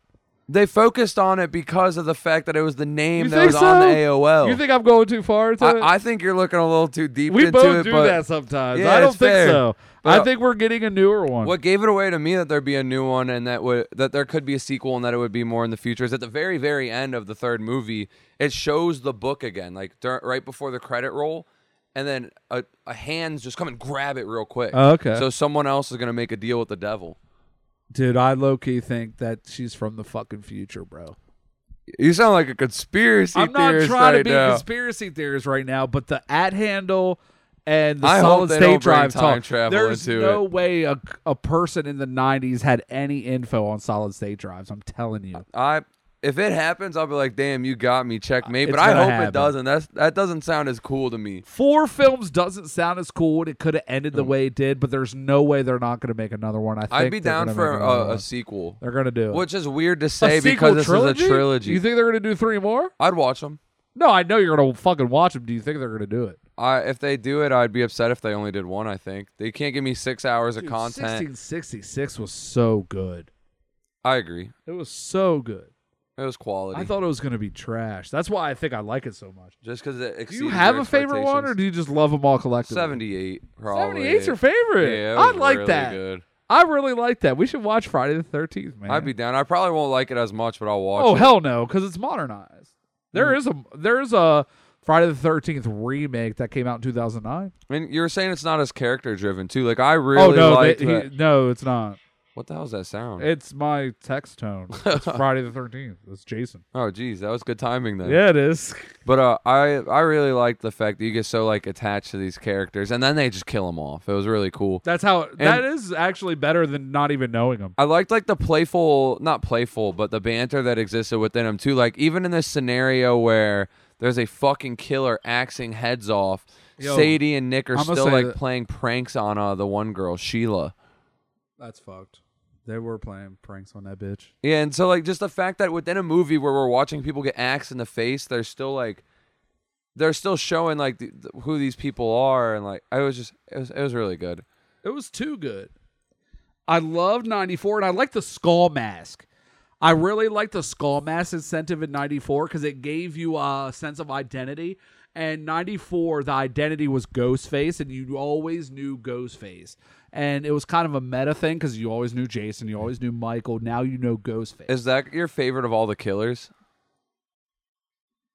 Speaker 1: They focused on it because of the fact that it was the name
Speaker 2: You
Speaker 1: that
Speaker 2: think
Speaker 1: was
Speaker 2: so?
Speaker 1: on the AOL.
Speaker 2: You think I'm going too far? into it?
Speaker 1: Oh. I, I think you're looking a little too deep
Speaker 2: we
Speaker 1: into
Speaker 2: both
Speaker 1: it.
Speaker 2: do
Speaker 1: but
Speaker 2: that sometimes.
Speaker 1: Yeah,
Speaker 2: I don't
Speaker 1: it's
Speaker 2: think
Speaker 1: fair.
Speaker 2: so. I
Speaker 1: But-
Speaker 2: think we're getting a newer one.
Speaker 1: What gave it away to me that there'd be a new one and that would that there could be a sequel and that it would be more in the future is at the very very end of the third movie it shows the book again like dur- right before the credit roll and then a, a hands just come and grab it real quick.
Speaker 2: Oh, okay.
Speaker 1: So someone else is gonna make a deal with the devil.
Speaker 2: Dude, I low key think that she's from the fucking future, bro.
Speaker 1: You sound like a conspiracy
Speaker 2: I'm not
Speaker 1: theorist
Speaker 2: trying to
Speaker 1: right
Speaker 2: be
Speaker 1: now.
Speaker 2: conspiracy theorist right now, but the at handle and the
Speaker 1: I hope
Speaker 2: solid
Speaker 1: they
Speaker 2: state
Speaker 1: don't bring
Speaker 2: drive
Speaker 1: time
Speaker 2: talk.
Speaker 1: travel
Speaker 2: there's
Speaker 1: into
Speaker 2: no way a, a person in the '90s had any info on solid state drives. I'm telling you,
Speaker 1: I if it happens, I'll be like, damn, you got me, checkmate.
Speaker 2: It's
Speaker 1: But I
Speaker 2: gonna
Speaker 1: hope
Speaker 2: happen.
Speaker 1: it doesn't. That's that doesn't sound as cool to me.
Speaker 2: four films doesn't sound as cool, and it could have ended the way it did. But there's no way they're not going to make another one. I think
Speaker 1: Hmm. I'd be
Speaker 2: they're
Speaker 1: down
Speaker 2: gonna
Speaker 1: for
Speaker 2: make another
Speaker 1: a,
Speaker 2: one.
Speaker 1: a sequel.
Speaker 2: they're going to do it.
Speaker 1: Which is weird to
Speaker 2: A
Speaker 1: say
Speaker 2: sequel
Speaker 1: because this
Speaker 2: trilogy?
Speaker 1: is a trilogy.
Speaker 2: You think they're going to do three more?
Speaker 1: I'd watch them.
Speaker 2: No, I know you're going to fucking watch them. Do you think they're going to do it?
Speaker 1: I, if they do it, I'd be upset if they only did one. I think they can't give me six hours of
Speaker 2: Dude,
Speaker 1: content.
Speaker 2: 1666 was so good.
Speaker 1: I agree.
Speaker 2: It was so good.
Speaker 1: It was quality.
Speaker 2: I thought it was going to be trash. That's why I think I like it so much.
Speaker 1: just because it
Speaker 2: Do
Speaker 1: exceeds
Speaker 2: you have
Speaker 1: your
Speaker 2: a favorite one, or
Speaker 1: expectations.
Speaker 2: do you just love them all collectively?
Speaker 1: seventy-eight? Probably
Speaker 2: 78's your favorite.
Speaker 1: Yeah, it
Speaker 2: I
Speaker 1: was
Speaker 2: like
Speaker 1: really
Speaker 2: that.
Speaker 1: Good.
Speaker 2: I really like that. We should watch Friday the Thirteenth, man.
Speaker 1: I'd be down. I probably won't like it as much, but I'll watch.
Speaker 2: oh
Speaker 1: it.
Speaker 2: hell no, because it's modernized.
Speaker 1: Mm.
Speaker 2: There is a there is a Friday the Thirteenth remake that came out in two thousand nine.
Speaker 1: I mean, you were saying it's not as character-driven too. Like I really
Speaker 2: oh no,
Speaker 1: liked
Speaker 2: they- he-
Speaker 1: that.
Speaker 2: no, it's not.
Speaker 1: what the hell's that sound?
Speaker 2: It's my text tone.
Speaker 1: <laughs>
Speaker 2: It's Friday the Thirteenth. It's Jason.
Speaker 1: oh, geez, that was good timing then.
Speaker 2: Yeah, it is. <laughs>
Speaker 1: But uh, I I really liked the fact that you get so like attached to these characters, and then they just kill them off. It was really cool.
Speaker 2: That's how. that is actually better than not even knowing them.
Speaker 1: I liked like the playful, not playful, but the banter that existed within them too. Like even in this scenario where there's a fucking killer axing heads off,
Speaker 2: Yo,
Speaker 1: Sadie and Nick are
Speaker 2: I'ma
Speaker 1: still
Speaker 2: say
Speaker 1: like
Speaker 2: that-
Speaker 1: playing pranks on uh, the one girl, Sheila.
Speaker 2: That's fucked. They were playing pranks on that bitch.
Speaker 1: Yeah, and so like just the fact that within a movie where we're watching people get axed in the face, they're still like they're still showing like the, who these people are, and like I was just it was it was really good.
Speaker 2: It was too good. I love 94 and I like the skull mask. I really like the skull mask incentive in 94 because it gave you a sense of identity. And 94, the identity was Ghostface, and you always knew Ghostface. And it was kind of a meta thing because you always knew Jason, you always knew Michael. Now you know Ghostface.
Speaker 1: Is that your favorite of all the killers?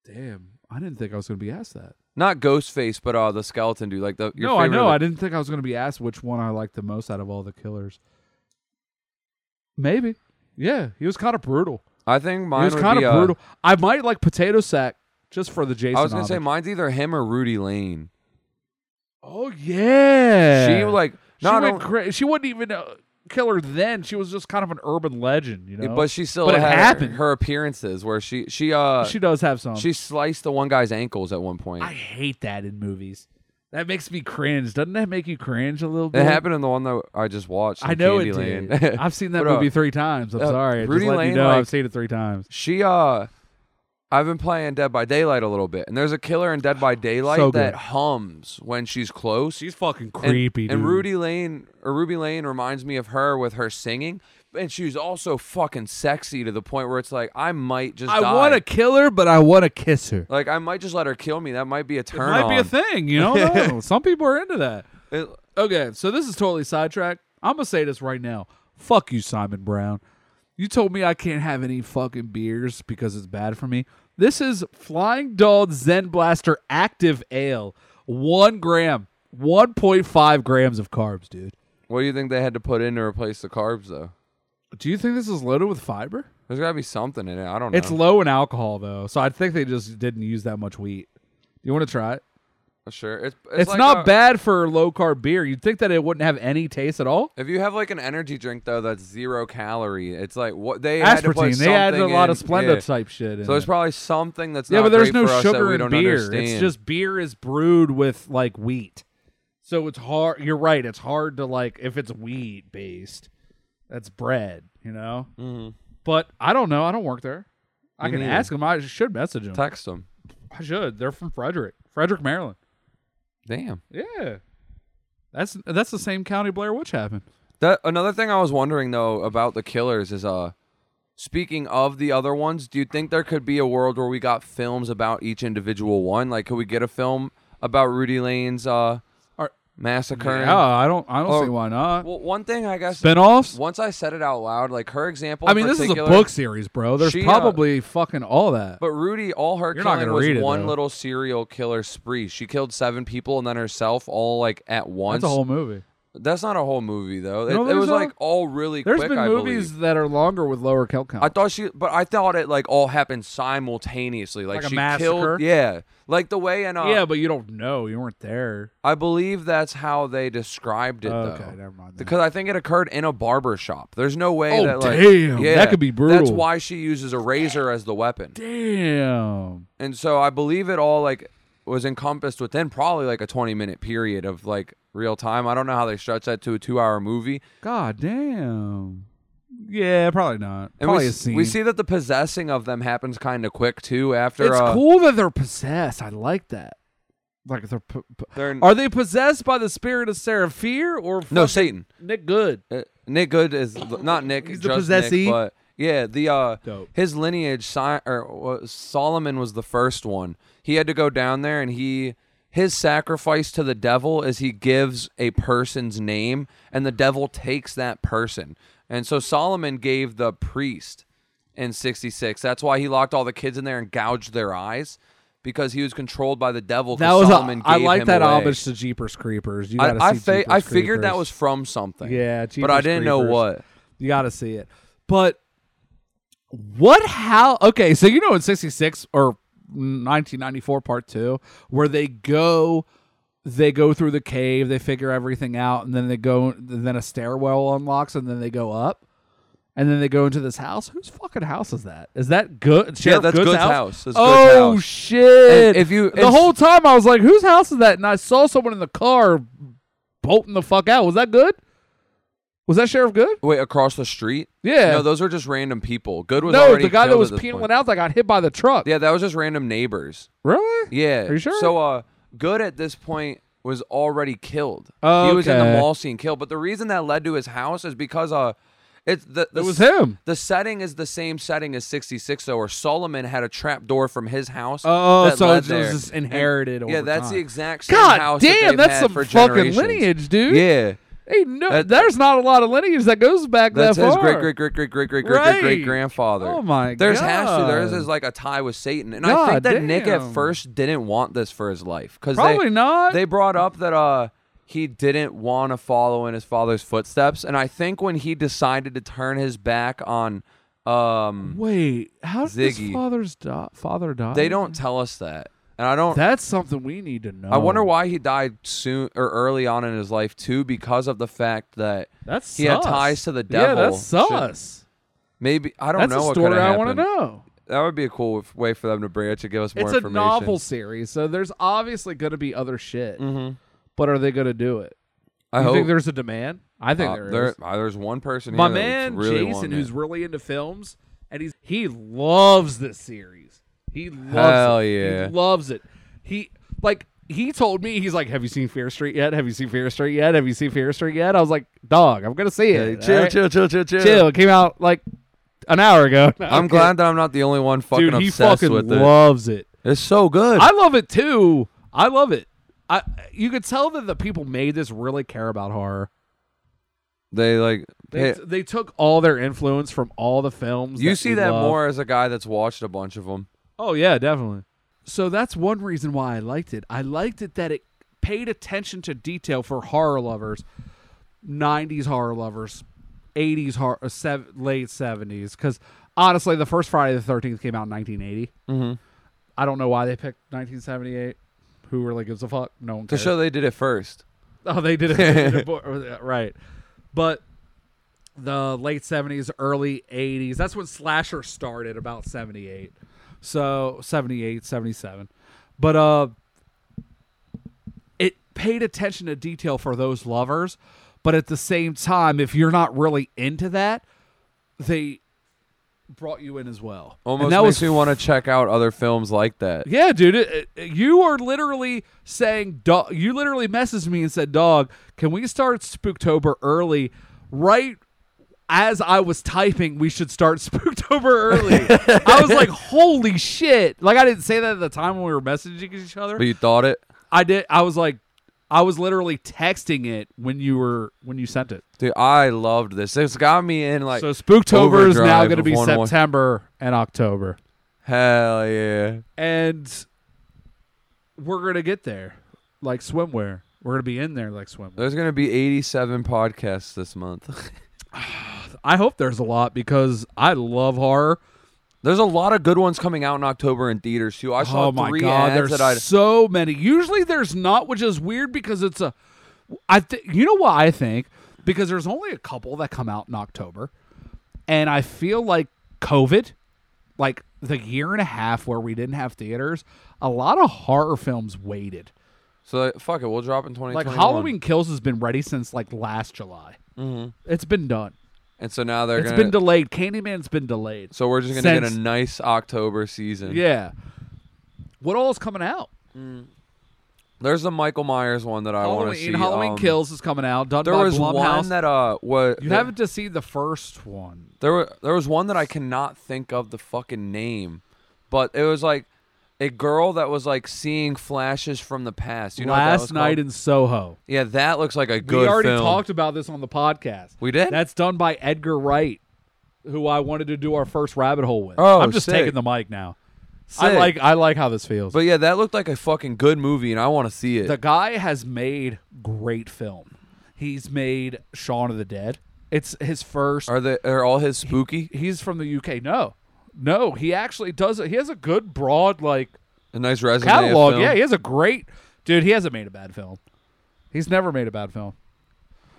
Speaker 2: Damn, I didn't think I was going to be asked that.
Speaker 1: Not Ghostface, but uh, the skeleton dude, like the your
Speaker 2: no, I
Speaker 1: favorite-
Speaker 2: know. I didn't think I was going to be asked which one I liked the most out of all the killers. Maybe. Yeah, he was kind of brutal.
Speaker 1: I think mine
Speaker 2: he was
Speaker 1: would
Speaker 2: kind
Speaker 1: be,
Speaker 2: of
Speaker 1: uh,
Speaker 2: brutal. I might like Potato Sack just for the Jason.
Speaker 1: I was gonna say
Speaker 2: homage.
Speaker 1: mine's either him or Rudy Lane.
Speaker 2: oh yeah,
Speaker 1: She like
Speaker 2: she
Speaker 1: not
Speaker 2: went
Speaker 1: only,
Speaker 2: cra- She wasn't even a killer then. She was just kind of an urban legend, you know.
Speaker 1: but she still
Speaker 2: But it
Speaker 1: had
Speaker 2: happened.
Speaker 1: her appearances where she she uh
Speaker 2: she
Speaker 1: she,
Speaker 2: does have some.
Speaker 1: sliced the one guy's ankles at one point.
Speaker 2: I hate that in movies. That makes me cringe. Doesn't that make you cringe a little bit?
Speaker 1: it happened in the one that I just watched.
Speaker 2: I
Speaker 1: in
Speaker 2: know
Speaker 1: Candyland.
Speaker 2: it
Speaker 1: <laughs>
Speaker 2: did. I've seen that
Speaker 1: But, uh,
Speaker 2: movie three times. I'm
Speaker 1: uh,
Speaker 2: sorry. Just
Speaker 1: Rudy
Speaker 2: letting
Speaker 1: Lane,
Speaker 2: you know,
Speaker 1: like-
Speaker 2: I've seen it three times.
Speaker 1: She uh I've been playing Dead by Daylight a little bit, and there's a killer in Dead by Daylight
Speaker 2: So good.
Speaker 1: that hums when she's close.
Speaker 2: She's fucking
Speaker 1: And-
Speaker 2: creepy,
Speaker 1: And,
Speaker 2: dude.
Speaker 1: Rudy Lane or Ruby Lane reminds me of her with her singing, and she's also fucking sexy to the point where it's like I might just
Speaker 2: I
Speaker 1: die.
Speaker 2: want to kill her, but I want to kiss her.
Speaker 1: like I might just let her kill me. That might be a turn.
Speaker 2: Might be a
Speaker 1: on.
Speaker 2: thing, you know? No, <laughs> Some people are into that.
Speaker 1: It-
Speaker 2: Okay, so this is totally sidetracked. I'm gonna say this right now. Fuck you, Simon Brown. You told me I can't have any fucking beers because it's bad for me. This is Flying Dog Zen Blaster Active Ale. One gram, 1.5 grams of carbs, dude.
Speaker 1: what do you think they had to put in to replace the carbs though?
Speaker 2: Do you think this is loaded with fiber?
Speaker 1: There's gotta be something in it. I don't know.
Speaker 2: It's low in alcohol though, so I think they just didn't use that much wheat. Do you want to try it?
Speaker 1: sure. It's it's,
Speaker 2: It's,
Speaker 1: like
Speaker 2: not
Speaker 1: a-
Speaker 2: bad for low carb beer. You'd think that it wouldn't have any taste at all.
Speaker 1: If you have like an energy drink though that's zero calorie, it's like what they had to put
Speaker 2: Aspartame. They added a
Speaker 1: something
Speaker 2: lot
Speaker 1: in-
Speaker 2: of Splenda
Speaker 1: yeah.
Speaker 2: type shit. In
Speaker 1: So there's
Speaker 2: it.
Speaker 1: probably something that's
Speaker 2: yeah,
Speaker 1: not
Speaker 2: but there's
Speaker 1: great
Speaker 2: no
Speaker 1: for us that
Speaker 2: sugar
Speaker 1: we
Speaker 2: in
Speaker 1: don't
Speaker 2: beer.
Speaker 1: understand.
Speaker 2: It's just beer is brewed with like wheat, so it's hard. You're right. It's hard to like if it's wheat based. That's bread, you know.
Speaker 1: Mhm.
Speaker 2: But I don't know. I don't work there. I
Speaker 1: Me
Speaker 2: can
Speaker 1: neither.
Speaker 2: ask them. I should message them.
Speaker 1: text them.
Speaker 2: I should. They're from Frederick, Frederick, Maryland.
Speaker 1: Damn.
Speaker 2: Yeah, that's that's the same county Blair Witch happened.
Speaker 1: That another thing I was wondering though about the killers is uh speaking of the other ones, do you think there could be a world where we got films about each individual one? Like could we get a film about Rudy Lane's uh
Speaker 2: Or-
Speaker 1: massacre?
Speaker 2: Yeah, I don't. I don't
Speaker 1: Or-
Speaker 2: see why not.
Speaker 1: Well, one thing I guess
Speaker 2: Spinoffs.
Speaker 1: once I said it out loud, like her example.
Speaker 2: I
Speaker 1: in
Speaker 2: mean, this is a
Speaker 1: particular-
Speaker 2: book series, bro. There's
Speaker 1: she, uh,
Speaker 2: probably fucking all that.
Speaker 1: But Rudy, all her
Speaker 2: You're not
Speaker 1: killing
Speaker 2: gonna
Speaker 1: was
Speaker 2: read it,
Speaker 1: one
Speaker 2: though.
Speaker 1: little serial killer spree. She killed seven people and then herself, all like at once.
Speaker 2: That's a whole movie.
Speaker 1: That's not a whole movie though. It,
Speaker 2: don't
Speaker 1: it
Speaker 2: think
Speaker 1: was
Speaker 2: so?
Speaker 1: like all really
Speaker 2: There's
Speaker 1: quick.
Speaker 2: been
Speaker 1: I
Speaker 2: movies
Speaker 1: believe.
Speaker 2: that are longer with lower kill count.
Speaker 1: I thought she, but I thought it like all happened simultaneously. Like,
Speaker 2: Like a
Speaker 1: she
Speaker 2: massacre?
Speaker 1: killed, yeah, like the way and uh,
Speaker 2: yeah, but you don't know. You weren't there.
Speaker 1: I believe that's how they described it
Speaker 2: okay,
Speaker 1: though.
Speaker 2: never mind. Then.
Speaker 1: Because I think it occurred in a barber shop. There's no way
Speaker 2: Oh,
Speaker 1: that like
Speaker 2: damn,
Speaker 1: yeah,
Speaker 2: that could be
Speaker 1: That's
Speaker 2: brutal.
Speaker 1: why she uses a razor as the weapon.
Speaker 2: Damn.
Speaker 1: And so I believe it all like was encompassed within probably like a 20 minute period of like real time. I don't know how they stretch that to a 2 hour movie.
Speaker 2: God damn. Yeah, probably not.
Speaker 1: And
Speaker 2: probably
Speaker 1: we,
Speaker 2: a
Speaker 1: s-
Speaker 2: scene.
Speaker 1: we see that the possessing of them happens kind of quick too after
Speaker 2: it's
Speaker 1: uh,
Speaker 2: cool that they're possessed. I like that. Like they're. Po- po-
Speaker 1: they're-
Speaker 2: are they possessed by the spirit of Seraphir or
Speaker 1: no
Speaker 2: fucking
Speaker 1: Satan.
Speaker 2: Nick Good?
Speaker 1: Uh, Nick Good is not Nick,
Speaker 2: He's the
Speaker 1: just
Speaker 2: possessee.
Speaker 1: Nick, but yeah, the uh
Speaker 2: Dope.
Speaker 1: his lineage si- or was Solomon was the first one. He had to go down there and he his sacrifice to the devil is he gives a person's name and the devil takes that person. And so Solomon gave the priest in 66. That's why he locked all the kids in there and gouged their eyes because he was controlled by the devil 'cause
Speaker 2: That was.
Speaker 1: Solomon
Speaker 2: A, I
Speaker 1: gave
Speaker 2: like
Speaker 1: him
Speaker 2: that
Speaker 1: away.
Speaker 2: homage to Jeepers Creepers. You gotta
Speaker 1: I, I,
Speaker 2: see
Speaker 1: fa-
Speaker 2: Jeepers
Speaker 1: I figured that
Speaker 2: Creepers.
Speaker 1: was from something.
Speaker 2: Yeah,
Speaker 1: But I
Speaker 2: Jeepers
Speaker 1: didn't know
Speaker 2: Creepers.
Speaker 1: what.
Speaker 2: You got to see it. But what? How? Okay, so you know in '66 or 1994, Part Two, where they go, they go through the cave, they figure everything out, and then they go, then a stairwell unlocks, and then they go up. And then they go into this house. Whose fucking house is that? Is that good? Sheriff
Speaker 1: that's
Speaker 2: Good's
Speaker 1: Good's
Speaker 2: house.
Speaker 1: house. That's Good's
Speaker 2: oh
Speaker 1: house.
Speaker 2: shit!
Speaker 1: And if you-
Speaker 2: the
Speaker 1: it's-
Speaker 2: whole time I was like, whose house is that? And I saw someone in the car bolting the fuck out. Was that good? Was that Sheriff Good?
Speaker 1: Wait, across the street?
Speaker 2: Yeah.
Speaker 1: No, those were just random people. Good was
Speaker 2: No,
Speaker 1: already
Speaker 2: the guy that
Speaker 1: killed
Speaker 2: was
Speaker 1: at this
Speaker 2: peeling
Speaker 1: point.
Speaker 2: out that got hit by the truck.
Speaker 1: Yeah, that was just random neighbors.
Speaker 2: Really?
Speaker 1: Yeah.
Speaker 2: Are you sure?
Speaker 1: So, uh, Good at this point was already killed. He was in the
Speaker 2: Okay.
Speaker 1: mall scene killed. But the reason that led to his house is because uh, it's the, the
Speaker 2: It was
Speaker 1: s-
Speaker 2: him.
Speaker 1: The setting is the same setting as 66, though, where Solomon had a trap door from his house.
Speaker 2: Oh,
Speaker 1: that
Speaker 2: so
Speaker 1: led
Speaker 2: it was
Speaker 1: there.
Speaker 2: just
Speaker 1: And-
Speaker 2: inherited
Speaker 1: yeah,
Speaker 2: over
Speaker 1: that's the
Speaker 2: time.
Speaker 1: exact same
Speaker 2: God
Speaker 1: house. that
Speaker 2: damn,
Speaker 1: they've
Speaker 2: that's
Speaker 1: had
Speaker 2: some
Speaker 1: for
Speaker 2: fucking
Speaker 1: generations.
Speaker 2: lineage, dude.
Speaker 1: Yeah.
Speaker 2: Hey, no,
Speaker 1: That-
Speaker 2: there's not a lot of lineage that goes back
Speaker 1: That's
Speaker 2: that
Speaker 1: his
Speaker 2: far.
Speaker 1: great great great great great great great great
Speaker 2: Right.
Speaker 1: great grandfather.
Speaker 2: Oh my
Speaker 1: There's
Speaker 2: god.
Speaker 1: has to. There's is like a tie with Satan, and I
Speaker 2: God
Speaker 1: think that Nick at
Speaker 2: damn.
Speaker 1: first didn't want this for his life because
Speaker 2: probably
Speaker 1: they
Speaker 2: not.
Speaker 1: they brought up that uh he didn't want to follow in his father's footsteps, and I think when he decided to turn his back on, um,
Speaker 2: Wait, how did his
Speaker 1: Ziggy.
Speaker 2: father's do- father die?
Speaker 1: they don't tell us that, and I don't.
Speaker 2: That's something we need to know.
Speaker 1: I wonder why he died soon or early on in his life too, because of the fact that
Speaker 2: That's
Speaker 1: he had ties to the devil.
Speaker 2: Yeah, that's
Speaker 1: Should-
Speaker 2: sus.
Speaker 1: maybe I don't
Speaker 2: That's
Speaker 1: know
Speaker 2: a
Speaker 1: what
Speaker 2: story
Speaker 1: coulda
Speaker 2: I want to
Speaker 1: happened.
Speaker 2: know.
Speaker 1: That would be a cool f- way for them to branch and give us more
Speaker 2: It's a
Speaker 1: information.
Speaker 2: novel series, so there's obviously going to be other shit. But are they going to do it?
Speaker 1: Mm-hmm. I
Speaker 2: you
Speaker 1: hope
Speaker 2: think there's a demand? I think
Speaker 1: Uh,
Speaker 2: there is.
Speaker 1: there- uh, there's one person.
Speaker 2: My
Speaker 1: here that's
Speaker 2: man
Speaker 1: really
Speaker 2: Jason,
Speaker 1: wanting
Speaker 2: who's
Speaker 1: it.
Speaker 2: really into films, and he's he loves this series. He loves
Speaker 1: Hell
Speaker 2: it.
Speaker 1: yeah.
Speaker 2: He loves it. He like he told me he's like, "Have you seen Fear Street yet? Have you seen Fear Street yet? Have you seen Fear Street yet?" I was like, "Dog, I'm gonna see
Speaker 1: Hey,
Speaker 2: it.
Speaker 1: chill,
Speaker 2: all right?
Speaker 1: chill, chill, chill, chill,
Speaker 2: Chill. It came out like an hour ago. <laughs>
Speaker 1: I'm glad that I'm not the only one fucking
Speaker 2: dude. He
Speaker 1: obsessed
Speaker 2: fucking
Speaker 1: with
Speaker 2: loves it.
Speaker 1: it. It's so good.
Speaker 2: I love it too. I love it. I you could tell that the people made this really care about horror.
Speaker 1: they like.
Speaker 2: They,
Speaker 1: hey,
Speaker 2: they took all their influence from all the films.
Speaker 1: you
Speaker 2: that
Speaker 1: see
Speaker 2: we
Speaker 1: that
Speaker 2: love.
Speaker 1: more as a guy that's watched a bunch of them.
Speaker 2: Oh yeah, definitely. So that's one reason why I liked it. I liked it that it paid attention to detail for horror lovers, '90s horror lovers, '80s horror, uh, sev- late '70s. Because honestly, the first Friday the Thirteenth came out in 1980.
Speaker 1: Mhm.
Speaker 2: I don't know why they picked 1978. Who really gives a fuck? No one
Speaker 1: To
Speaker 2: cares.
Speaker 1: show they did it first.
Speaker 2: <laughs> Oh, they did it, they did
Speaker 1: <laughs>
Speaker 2: it before- right? But the late seventies, early eighties. That's when slasher started, about seventy eight. So 78, 77. But uh, it paid attention to detail for those lovers. But at the same time, if you're not really into that, they brought you in as well. And
Speaker 1: Almost
Speaker 2: that
Speaker 1: makes
Speaker 2: was
Speaker 1: me want to check out other films like that.
Speaker 2: yeah, dude, it, it- you are literally saying, dog. You literally messaged me and said, "Dog, can we start Spooktober early?" Right as I was typing, we should start <laughs> Spooktober early. I was like, "Holy shit!" Like I didn't say that at the time when we were messaging each other.
Speaker 1: But you thought it,
Speaker 2: I did. I was like, I was literally texting it when you were when you sent it.
Speaker 1: dude. I loved this. It's got me in like
Speaker 2: so Spooktober is now
Speaker 1: overdrive
Speaker 2: going to
Speaker 1: of
Speaker 2: be
Speaker 1: one more-
Speaker 2: September and October.
Speaker 1: hell yeah.
Speaker 2: and we're gonna get there like swimwear. We're gonna be in there like swimwear.
Speaker 1: There's gonna be 87 podcasts this
Speaker 2: <laughs>
Speaker 1: month.
Speaker 2: I hope there's a lot because I love horror.
Speaker 1: There's a lot of good ones coming out in October in theaters too. I saw
Speaker 2: Oh my
Speaker 1: three
Speaker 2: god,
Speaker 1: ads
Speaker 2: there's
Speaker 1: that I
Speaker 2: so many. Usually there's not, which is weird because it's a. I th- you know what I think because there's only a couple that come out in October, and I feel like COVID, like the year and a half where we didn't have theaters, a lot of horror films waited.
Speaker 1: So like, fuck it, we'll drop in 2021.
Speaker 2: Like Halloween Kills has been ready since like last July. It's been done.
Speaker 1: and so now Mm-hmm. they're
Speaker 2: It's
Speaker 1: gonna.
Speaker 2: been delayed. Candyman's been delayed.
Speaker 1: so we're just gonna
Speaker 2: since-
Speaker 1: get a nice October season.
Speaker 2: Yeah. What all's coming out?
Speaker 1: There's the Michael Myers one that I want to see.
Speaker 2: Halloween, Halloween
Speaker 1: um,
Speaker 2: Kills is coming out. Done
Speaker 1: There
Speaker 2: by
Speaker 1: was
Speaker 2: Blumhouse.
Speaker 1: one that uh was
Speaker 2: you haven't to see the first one.
Speaker 1: there were, there was one that I cannot think of the fucking name, but it was like a girl that was like seeing flashes from the past. You know what that was
Speaker 2: Last
Speaker 1: called?
Speaker 2: night in Soho.
Speaker 1: yeah, that looks like a good
Speaker 2: we already
Speaker 1: film.
Speaker 2: talked about this on the podcast.
Speaker 1: We did?
Speaker 2: That's done by Edgar Wright, who I wanted to do our first rabbit hole with.
Speaker 1: Oh,
Speaker 2: I'm just
Speaker 1: sick.
Speaker 2: taking the mic now. I
Speaker 1: Sick.
Speaker 2: like I like how this feels.
Speaker 1: But yeah, that looked like a fucking good movie, and I want to see it.
Speaker 2: The guy has made great film. He's made Shaun of the Dead. It's his first.
Speaker 1: are they are all his spooky?
Speaker 2: He's from the UK. No, no, he actually does it. He has a good broad like
Speaker 1: A nice resume. of
Speaker 2: catalog.
Speaker 1: film?
Speaker 2: Yeah, he has a great dude. He hasn't made a bad film. He's never made a bad film.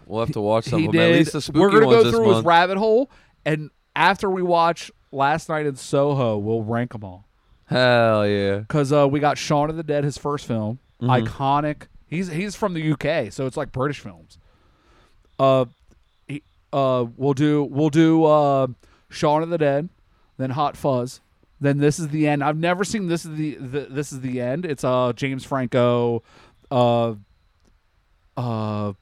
Speaker 1: we'll have to watch some
Speaker 2: he
Speaker 1: of
Speaker 2: did.
Speaker 1: them. At least the spooky
Speaker 2: We're gonna
Speaker 1: ones
Speaker 2: go
Speaker 1: this
Speaker 2: through
Speaker 1: month.
Speaker 2: his rabbit hole, and after we watch Last Night in Soho, we'll rank them all.
Speaker 1: Hell yeah.
Speaker 2: because uh, we got Shaun of the Dead, his first film, iconic. He's he's from the UK, so it's like British films. Uh, he, uh, we'll do we'll do uh, Shaun of the Dead, then Hot Fuzz, then This Is the End. I've never seen This Is the, the This Is the End. It's uh James Franco, uh, uh,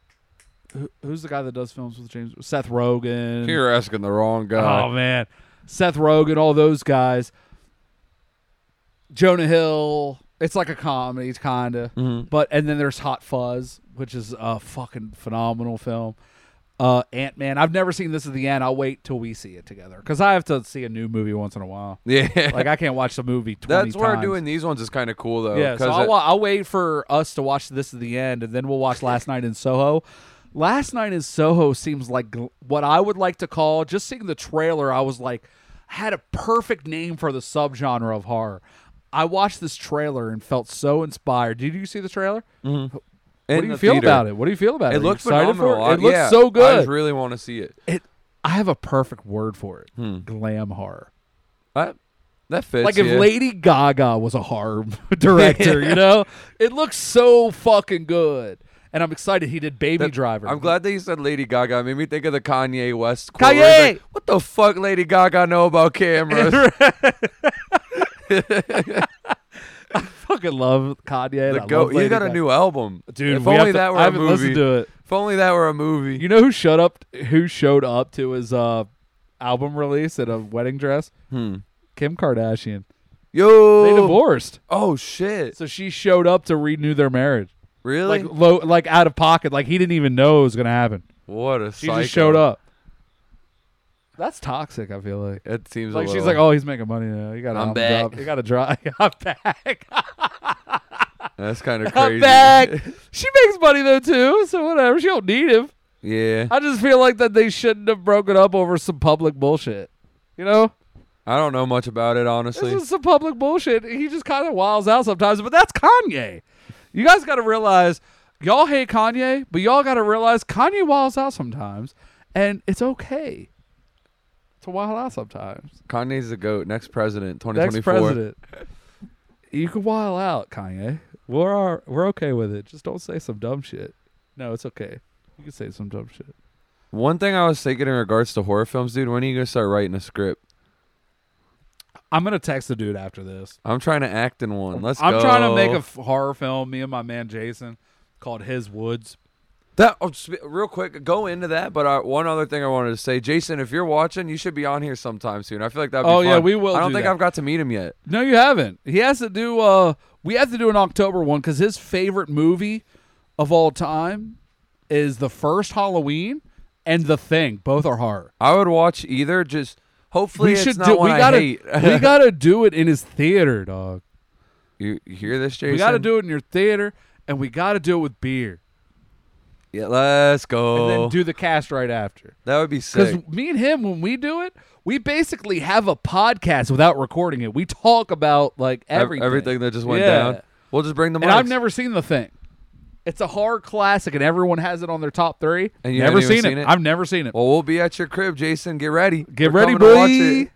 Speaker 2: who, who's the guy that does films with James Seth Rogen?
Speaker 1: You're asking the wrong guy.
Speaker 2: Oh man, Seth Rogen, all those guys.
Speaker 1: Mm-hmm.
Speaker 2: Jonah Hill. It's like a comedy, kind of. But and then there's Hot Fuzz, which is a fucking phenomenal film. Uh, Ant Man. I've never seen this at the end. I'll wait till we see it together because I have to see a new movie once in a while.
Speaker 1: <laughs> Yeah.
Speaker 2: Like I can't watch the movie. 20
Speaker 1: <laughs> That's where
Speaker 2: times.
Speaker 1: doing these ones is kind of cool though.
Speaker 2: Yeah, so
Speaker 1: 'cause
Speaker 2: I'll,
Speaker 1: it-
Speaker 2: wa- I'll wait for us to watch this at the end, and then we'll
Speaker 1: <laughs>
Speaker 2: watch Last Night in Soho. Last Night in Soho seems like gl- what I would like to call. Just seeing the trailer, I was like, had a perfect name for the subgenre of horror. I watched this trailer and felt so inspired. Did you see the trailer? What
Speaker 1: in
Speaker 2: do you
Speaker 1: the
Speaker 2: feel
Speaker 1: theater.
Speaker 2: about it? What do you feel about it?
Speaker 1: It
Speaker 2: Are you
Speaker 1: looked
Speaker 2: excited for
Speaker 1: phenomenal. I-
Speaker 2: it? It looks
Speaker 1: yeah,
Speaker 2: so
Speaker 1: I
Speaker 2: good.
Speaker 1: just really want to see it.
Speaker 2: it, I have a perfect word for it:
Speaker 1: Hmm.
Speaker 2: glam horror.
Speaker 1: That, that fits.
Speaker 2: Like if
Speaker 1: yeah.
Speaker 2: Lady Gaga was a horror <laughs> director, you
Speaker 1: <laughs>
Speaker 2: know, it looks so fucking good, and I'm excited he did Baby Driver.
Speaker 1: I'm glad that you said Lady Gaga. It made me think of the Kanye West. quote
Speaker 2: Kanye!
Speaker 1: where he's like, what the fuck, Lady Gaga know
Speaker 2: <laughs>
Speaker 1: about cameras?
Speaker 2: <laughs> fucking love Kanye.
Speaker 1: The
Speaker 2: and I
Speaker 1: goat.
Speaker 2: love
Speaker 1: He
Speaker 2: Lady
Speaker 1: got a
Speaker 2: Gaga.
Speaker 1: new album,
Speaker 2: dude.
Speaker 1: If
Speaker 2: we have
Speaker 1: only
Speaker 2: to-
Speaker 1: that were
Speaker 2: I
Speaker 1: a
Speaker 2: haven't listened
Speaker 1: movie.
Speaker 2: to it.
Speaker 1: If only that were a movie.
Speaker 2: You know who showed up? Who showed up to his uh, album release in a wedding dress?
Speaker 1: Hmm.
Speaker 2: Kim Kardashian.
Speaker 1: Yo.
Speaker 2: They divorced,
Speaker 1: Oh shit.
Speaker 2: so she showed up to renew their marriage.
Speaker 1: Really?
Speaker 2: Like low, like out of pocket. Like he didn't even know it was gonna happen.
Speaker 1: what a.
Speaker 2: She
Speaker 1: psycho.
Speaker 2: just showed up. That's toxic. I feel like.
Speaker 1: It seems
Speaker 2: Like
Speaker 1: a
Speaker 2: she's
Speaker 1: little-
Speaker 2: like, oh, he's making money now. You got.
Speaker 1: I'm
Speaker 2: Drop.
Speaker 1: back.
Speaker 2: You got to drop. <laughs> I'm
Speaker 1: <laughs>
Speaker 2: back.
Speaker 1: That's kind of crazy.
Speaker 2: I'm
Speaker 1: <laughs>
Speaker 2: back. She makes money though too, so whatever. She don't need him.
Speaker 1: yeah.
Speaker 2: I just feel like that they shouldn't have broken up over some public bullshit. You know,
Speaker 1: I don't know much about it honestly.
Speaker 2: this is some public bullshit. He just kind of wiles out sometimes, but that's Kanye. You guys got to realize, y'all hate Kanye, but y'all got to realize Kanye wiles out sometimes, and it's okay to wile out sometimes.
Speaker 1: Kanye's the goat. Next president,
Speaker 2: Next
Speaker 1: 2024.
Speaker 2: president, you can wile out, Kanye. We're our, we're okay with it. Just don't say some dumb shit. No, it's okay. You can say some dumb shit.
Speaker 1: One thing I was thinking in regards to horror films, dude. When are you gonna start writing a script?
Speaker 2: I'm gonna text the dude after this.
Speaker 1: I'm trying to act in one. Let's
Speaker 2: I'm
Speaker 1: go.
Speaker 2: trying to make a f- horror film. Me and my man Jason called His Woods.
Speaker 1: That oh, sp- real quick, go into that. But I, one other thing I wanted to say, Jason, if you're watching, you should be on here sometime soon. I feel like that'd be
Speaker 2: Oh, yeah,
Speaker 1: fun.
Speaker 2: we will
Speaker 1: I don't
Speaker 2: do
Speaker 1: think
Speaker 2: that.
Speaker 1: I've got to meet him yet.
Speaker 2: No, you haven't. He has to do. uh We have to do an October one because his favorite movie of all time is the first Halloween and The Thing. Both are horror.
Speaker 1: I would watch either. Just hopefully
Speaker 2: We
Speaker 1: it's
Speaker 2: should
Speaker 1: not
Speaker 2: do.
Speaker 1: one
Speaker 2: We
Speaker 1: I
Speaker 2: gotta.
Speaker 1: hate. <laughs>
Speaker 2: we gotta do it in his theater, dog.
Speaker 1: you, you hear this, Jason?
Speaker 2: We gotta do it in your theater, and we gotta do it with beer,
Speaker 1: Yeah, let's go.
Speaker 2: and then do the cast right after.
Speaker 1: that would be
Speaker 2: Because
Speaker 1: sick.
Speaker 2: me and him, when we do it, we basically have a podcast without recording it. We talk about like
Speaker 1: Ev-
Speaker 2: everything.
Speaker 1: everything that just went
Speaker 2: Yeah.
Speaker 1: down. We'll just bring the mics.
Speaker 2: And I've never seen the thing. It's a horror classic, and everyone has it on their top three.
Speaker 1: And you
Speaker 2: never
Speaker 1: haven't even
Speaker 2: seen,
Speaker 1: seen
Speaker 2: it.
Speaker 1: it?
Speaker 2: I've never seen it.
Speaker 1: Well, we'll be at your crib, Jason. Get ready.
Speaker 2: Get
Speaker 1: We're
Speaker 2: ready,
Speaker 1: coming to watch it.
Speaker 2: boy.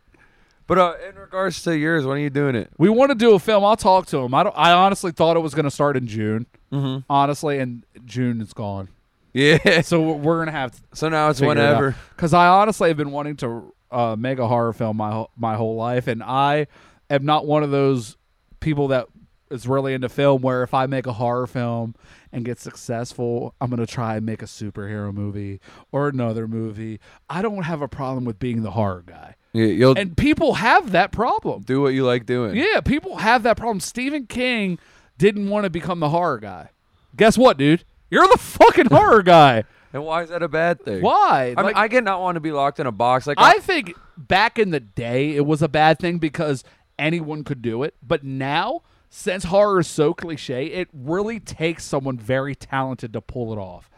Speaker 1: But uh, in regards to yours, when are you doing it? <laughs>
Speaker 2: we want to do a film. I'll talk to him. I don't. I honestly thought it was going to start in June. Mm-hmm. Honestly, and June is gone,
Speaker 1: Yeah.
Speaker 2: so we're- we're gonna have to
Speaker 1: So now it's whenever.
Speaker 2: Because I honestly have been wanting to uh, make a horror film my whole- my whole life, and I am not one of those people that is really into film. Where if I make a horror film and get successful, I'm gonna try and make a superhero movie or another movie. I don't have a problem with being the horror guy,
Speaker 1: Yeah, You'll
Speaker 2: and people have that problem.
Speaker 1: do what you like doing.
Speaker 2: Yeah, people have that problem. Stephen King didn't want to become the horror guy. Guess what, dude? You're the fucking horror
Speaker 1: <laughs>
Speaker 2: guy.
Speaker 1: And why is that a bad thing?
Speaker 2: Why?
Speaker 1: I mean,
Speaker 2: Like-
Speaker 1: I get not want to be locked in a box. Like I,
Speaker 2: I think back in the day it was a bad thing because anyone could do it, but now since horror is so cliche, it really takes someone very talented to pull it off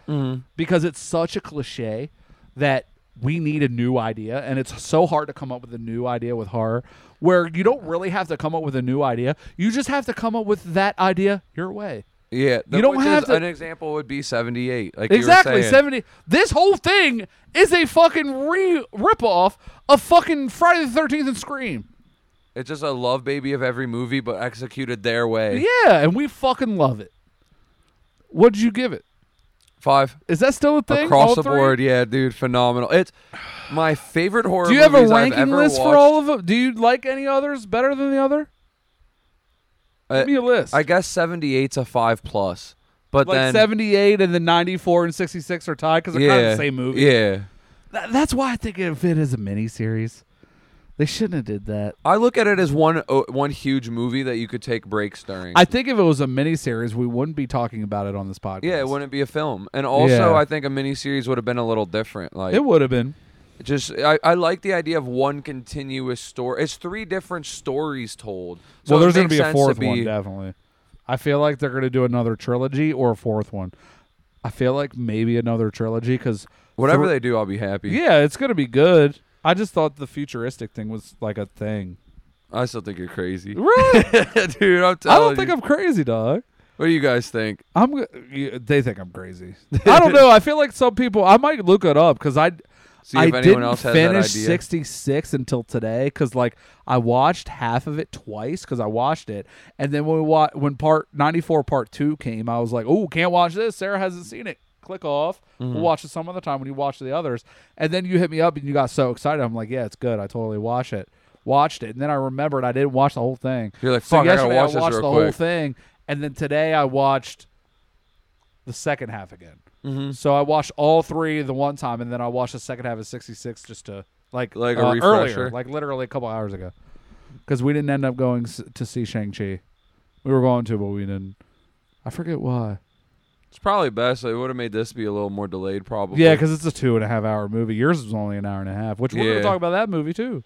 Speaker 2: because it's such a cliche that we need a new idea, and it's so hard to come up with a new idea with horror where you don't really have to come up with a new idea. You just have to come up with that idea your way.
Speaker 1: yeah. the-
Speaker 2: You don't
Speaker 1: which
Speaker 2: have
Speaker 1: is-
Speaker 2: to-
Speaker 1: An example would be seventy-eight. Like You were
Speaker 2: Exactly,
Speaker 1: saying.
Speaker 2: seventy. This whole thing is a fucking re ripoff of fucking Friday the Thirteenth and Scream.
Speaker 1: It's just a love baby of every movie, but executed their way.
Speaker 2: Yeah, and we fucking love it. What did you give it?
Speaker 1: Five
Speaker 2: Is that still a thing?
Speaker 1: across
Speaker 2: All
Speaker 1: the
Speaker 2: three?
Speaker 1: board. Yeah, dude, phenomenal. It's my favorite horror.
Speaker 2: Do you have a
Speaker 1: movies I've
Speaker 2: ranking
Speaker 1: ever
Speaker 2: list for
Speaker 1: watched.
Speaker 2: all of them? Do you like any others better than the other?
Speaker 1: Uh,
Speaker 2: Give me a list.
Speaker 1: I guess 78's a five plus, but
Speaker 2: like
Speaker 1: then
Speaker 2: seventy-eight and then ninety-four and sixty-six are tied because they're
Speaker 1: yeah,
Speaker 2: kind of the same movie.
Speaker 1: Yeah,
Speaker 2: Th- that's why I think if it is a miniseries, They shouldn't have did that.
Speaker 1: I look at it as one o- one huge movie that you could take breaks during.
Speaker 2: I think if it was a miniseries, we wouldn't be talking about it on this podcast.
Speaker 1: yeah, it wouldn't be a film, and also
Speaker 2: Yeah.
Speaker 1: I think a miniseries would have been a little different. Like
Speaker 2: It would have been.
Speaker 1: just I, I like the idea of one continuous story. It's three different stories told. So
Speaker 2: well,
Speaker 1: it
Speaker 2: there's going to
Speaker 1: makes
Speaker 2: be a
Speaker 1: sense
Speaker 2: fourth
Speaker 1: be,
Speaker 2: one, definitely. I feel like they're going to do another trilogy or a fourth one. I feel like maybe another trilogy because
Speaker 1: Whatever they do, I'll be happy.
Speaker 2: yeah, it's going to be good. I just thought the futuristic thing was like a thing.
Speaker 1: I still think
Speaker 2: <laughs>
Speaker 1: you're crazy, <laughs>
Speaker 2: Really?
Speaker 1: dude. I'm telling
Speaker 2: I don't
Speaker 1: Oh, you.
Speaker 2: think I'm crazy, dog.
Speaker 1: what do you guys think?
Speaker 2: I'm. g- you- They think I'm crazy. I don't know. I feel like some people. I might look it up because I.
Speaker 1: See
Speaker 2: I
Speaker 1: if anyone
Speaker 2: didn't
Speaker 1: else has that
Speaker 2: finish
Speaker 1: idea.
Speaker 2: 66 until today because like I watched half of it twice because I watched it, and then when we wa- when part 94 part two came, I was like, oh, can't watch this. Sarah hasn't seen it. Click off.
Speaker 1: Mm-hmm.
Speaker 2: We'll watch it some other time when you watch the others. And then you hit me up and you got so excited. I'm like, yeah, it's good. I totally watch it. Watched it, and then I remembered I didn't watch the whole thing.
Speaker 1: You're like,
Speaker 2: So
Speaker 1: fuck, I gotta
Speaker 2: yesterday
Speaker 1: watch this
Speaker 2: watched
Speaker 1: real
Speaker 2: the whole
Speaker 1: quick.
Speaker 2: thing, and then today I watched the second half again.
Speaker 1: Mm-hmm.
Speaker 2: So I watched all three the one time, and then I watched the second half of '66 just to like
Speaker 1: Like a
Speaker 2: uh,
Speaker 1: refresher?
Speaker 2: earlier, like literally a couple hours ago, because we didn't end up going s- to see Shang Chi. We were going to, but we didn't. I forget why.
Speaker 1: It's probably best. It would have made this be a little more delayed, probably.
Speaker 2: Yeah, because it's a two and a half hour movie. Yours was only an hour and a half, which we're
Speaker 1: Yeah.
Speaker 2: gonna talk about that movie too.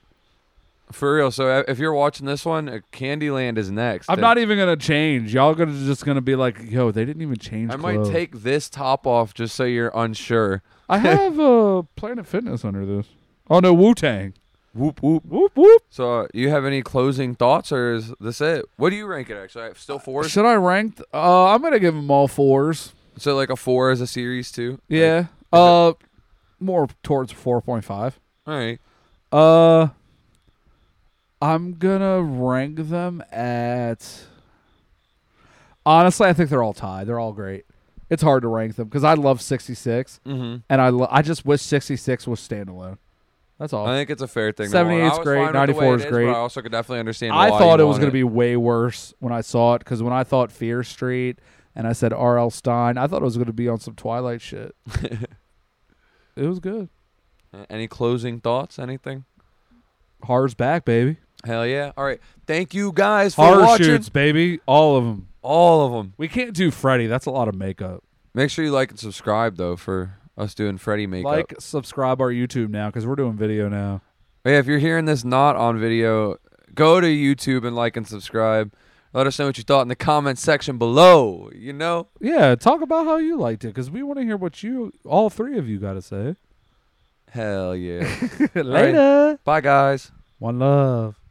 Speaker 1: for real. So uh, if you're watching this one, uh, Candyland is next.
Speaker 2: I'm
Speaker 1: And
Speaker 2: not even gonna change. Y'all gonna just gonna be like, yo, they didn't even change.
Speaker 1: I might
Speaker 2: clothes."
Speaker 1: take this top off just so you're unsure.
Speaker 2: I have uh, Planet Fitness under this. Oh no, Wu Tang.
Speaker 1: Whoop whoop.
Speaker 2: Whoop whoop.
Speaker 1: So, uh, you have any closing thoughts, or is this it? What do you rank it? Actually, I have still fours.
Speaker 2: Should I rank? th- uh, I'm gonna give them all fours.
Speaker 1: So like a four as a series too.
Speaker 2: Yeah. Uh, more towards four point five.
Speaker 1: All right.
Speaker 2: Uh, I'm gonna rank them at. Honestly, I think they're all tied. They're all great. It's hard to rank them because I love 66,
Speaker 1: Mm-hmm.
Speaker 2: and I lo- I just wish 66 was standalone. That's all.
Speaker 1: I
Speaker 2: I,
Speaker 1: think it's a fair thing. to
Speaker 2: 78's
Speaker 1: want. I was
Speaker 2: great,
Speaker 1: fine with the
Speaker 2: 94
Speaker 1: way
Speaker 2: Oh. is
Speaker 1: it
Speaker 2: great.
Speaker 1: But I also could definitely understand. why
Speaker 2: thought
Speaker 1: you
Speaker 2: it was
Speaker 1: want
Speaker 2: gonna be way worse when I saw it because when I thought Fear Street and I said R.L. Stein, I thought it was gonna be on some Twilight
Speaker 1: <laughs>
Speaker 2: shit. it was good.
Speaker 1: Uh, Any closing thoughts? Anything?
Speaker 2: Har's back, baby.
Speaker 1: Hell yeah! All right. Thank you guys for
Speaker 2: Horror
Speaker 1: watching
Speaker 2: shoots, baby. All of them.
Speaker 1: all of them.
Speaker 2: We can't do Freddy. That's a lot of makeup.
Speaker 1: Make sure you like and subscribe though for us doing Freddy makeup.
Speaker 2: Like, subscribe our YouTube now because we're doing video now.
Speaker 1: yeah, if you're hearing this not on video, go to YouTube and like and subscribe. Let us know what you thought in the comment section below. You know.
Speaker 2: Yeah, talk about how you liked it because we want to hear what you, all three of you, got to say.
Speaker 1: Hell yeah.
Speaker 2: <laughs> Later.
Speaker 1: Bye guys.
Speaker 2: One love.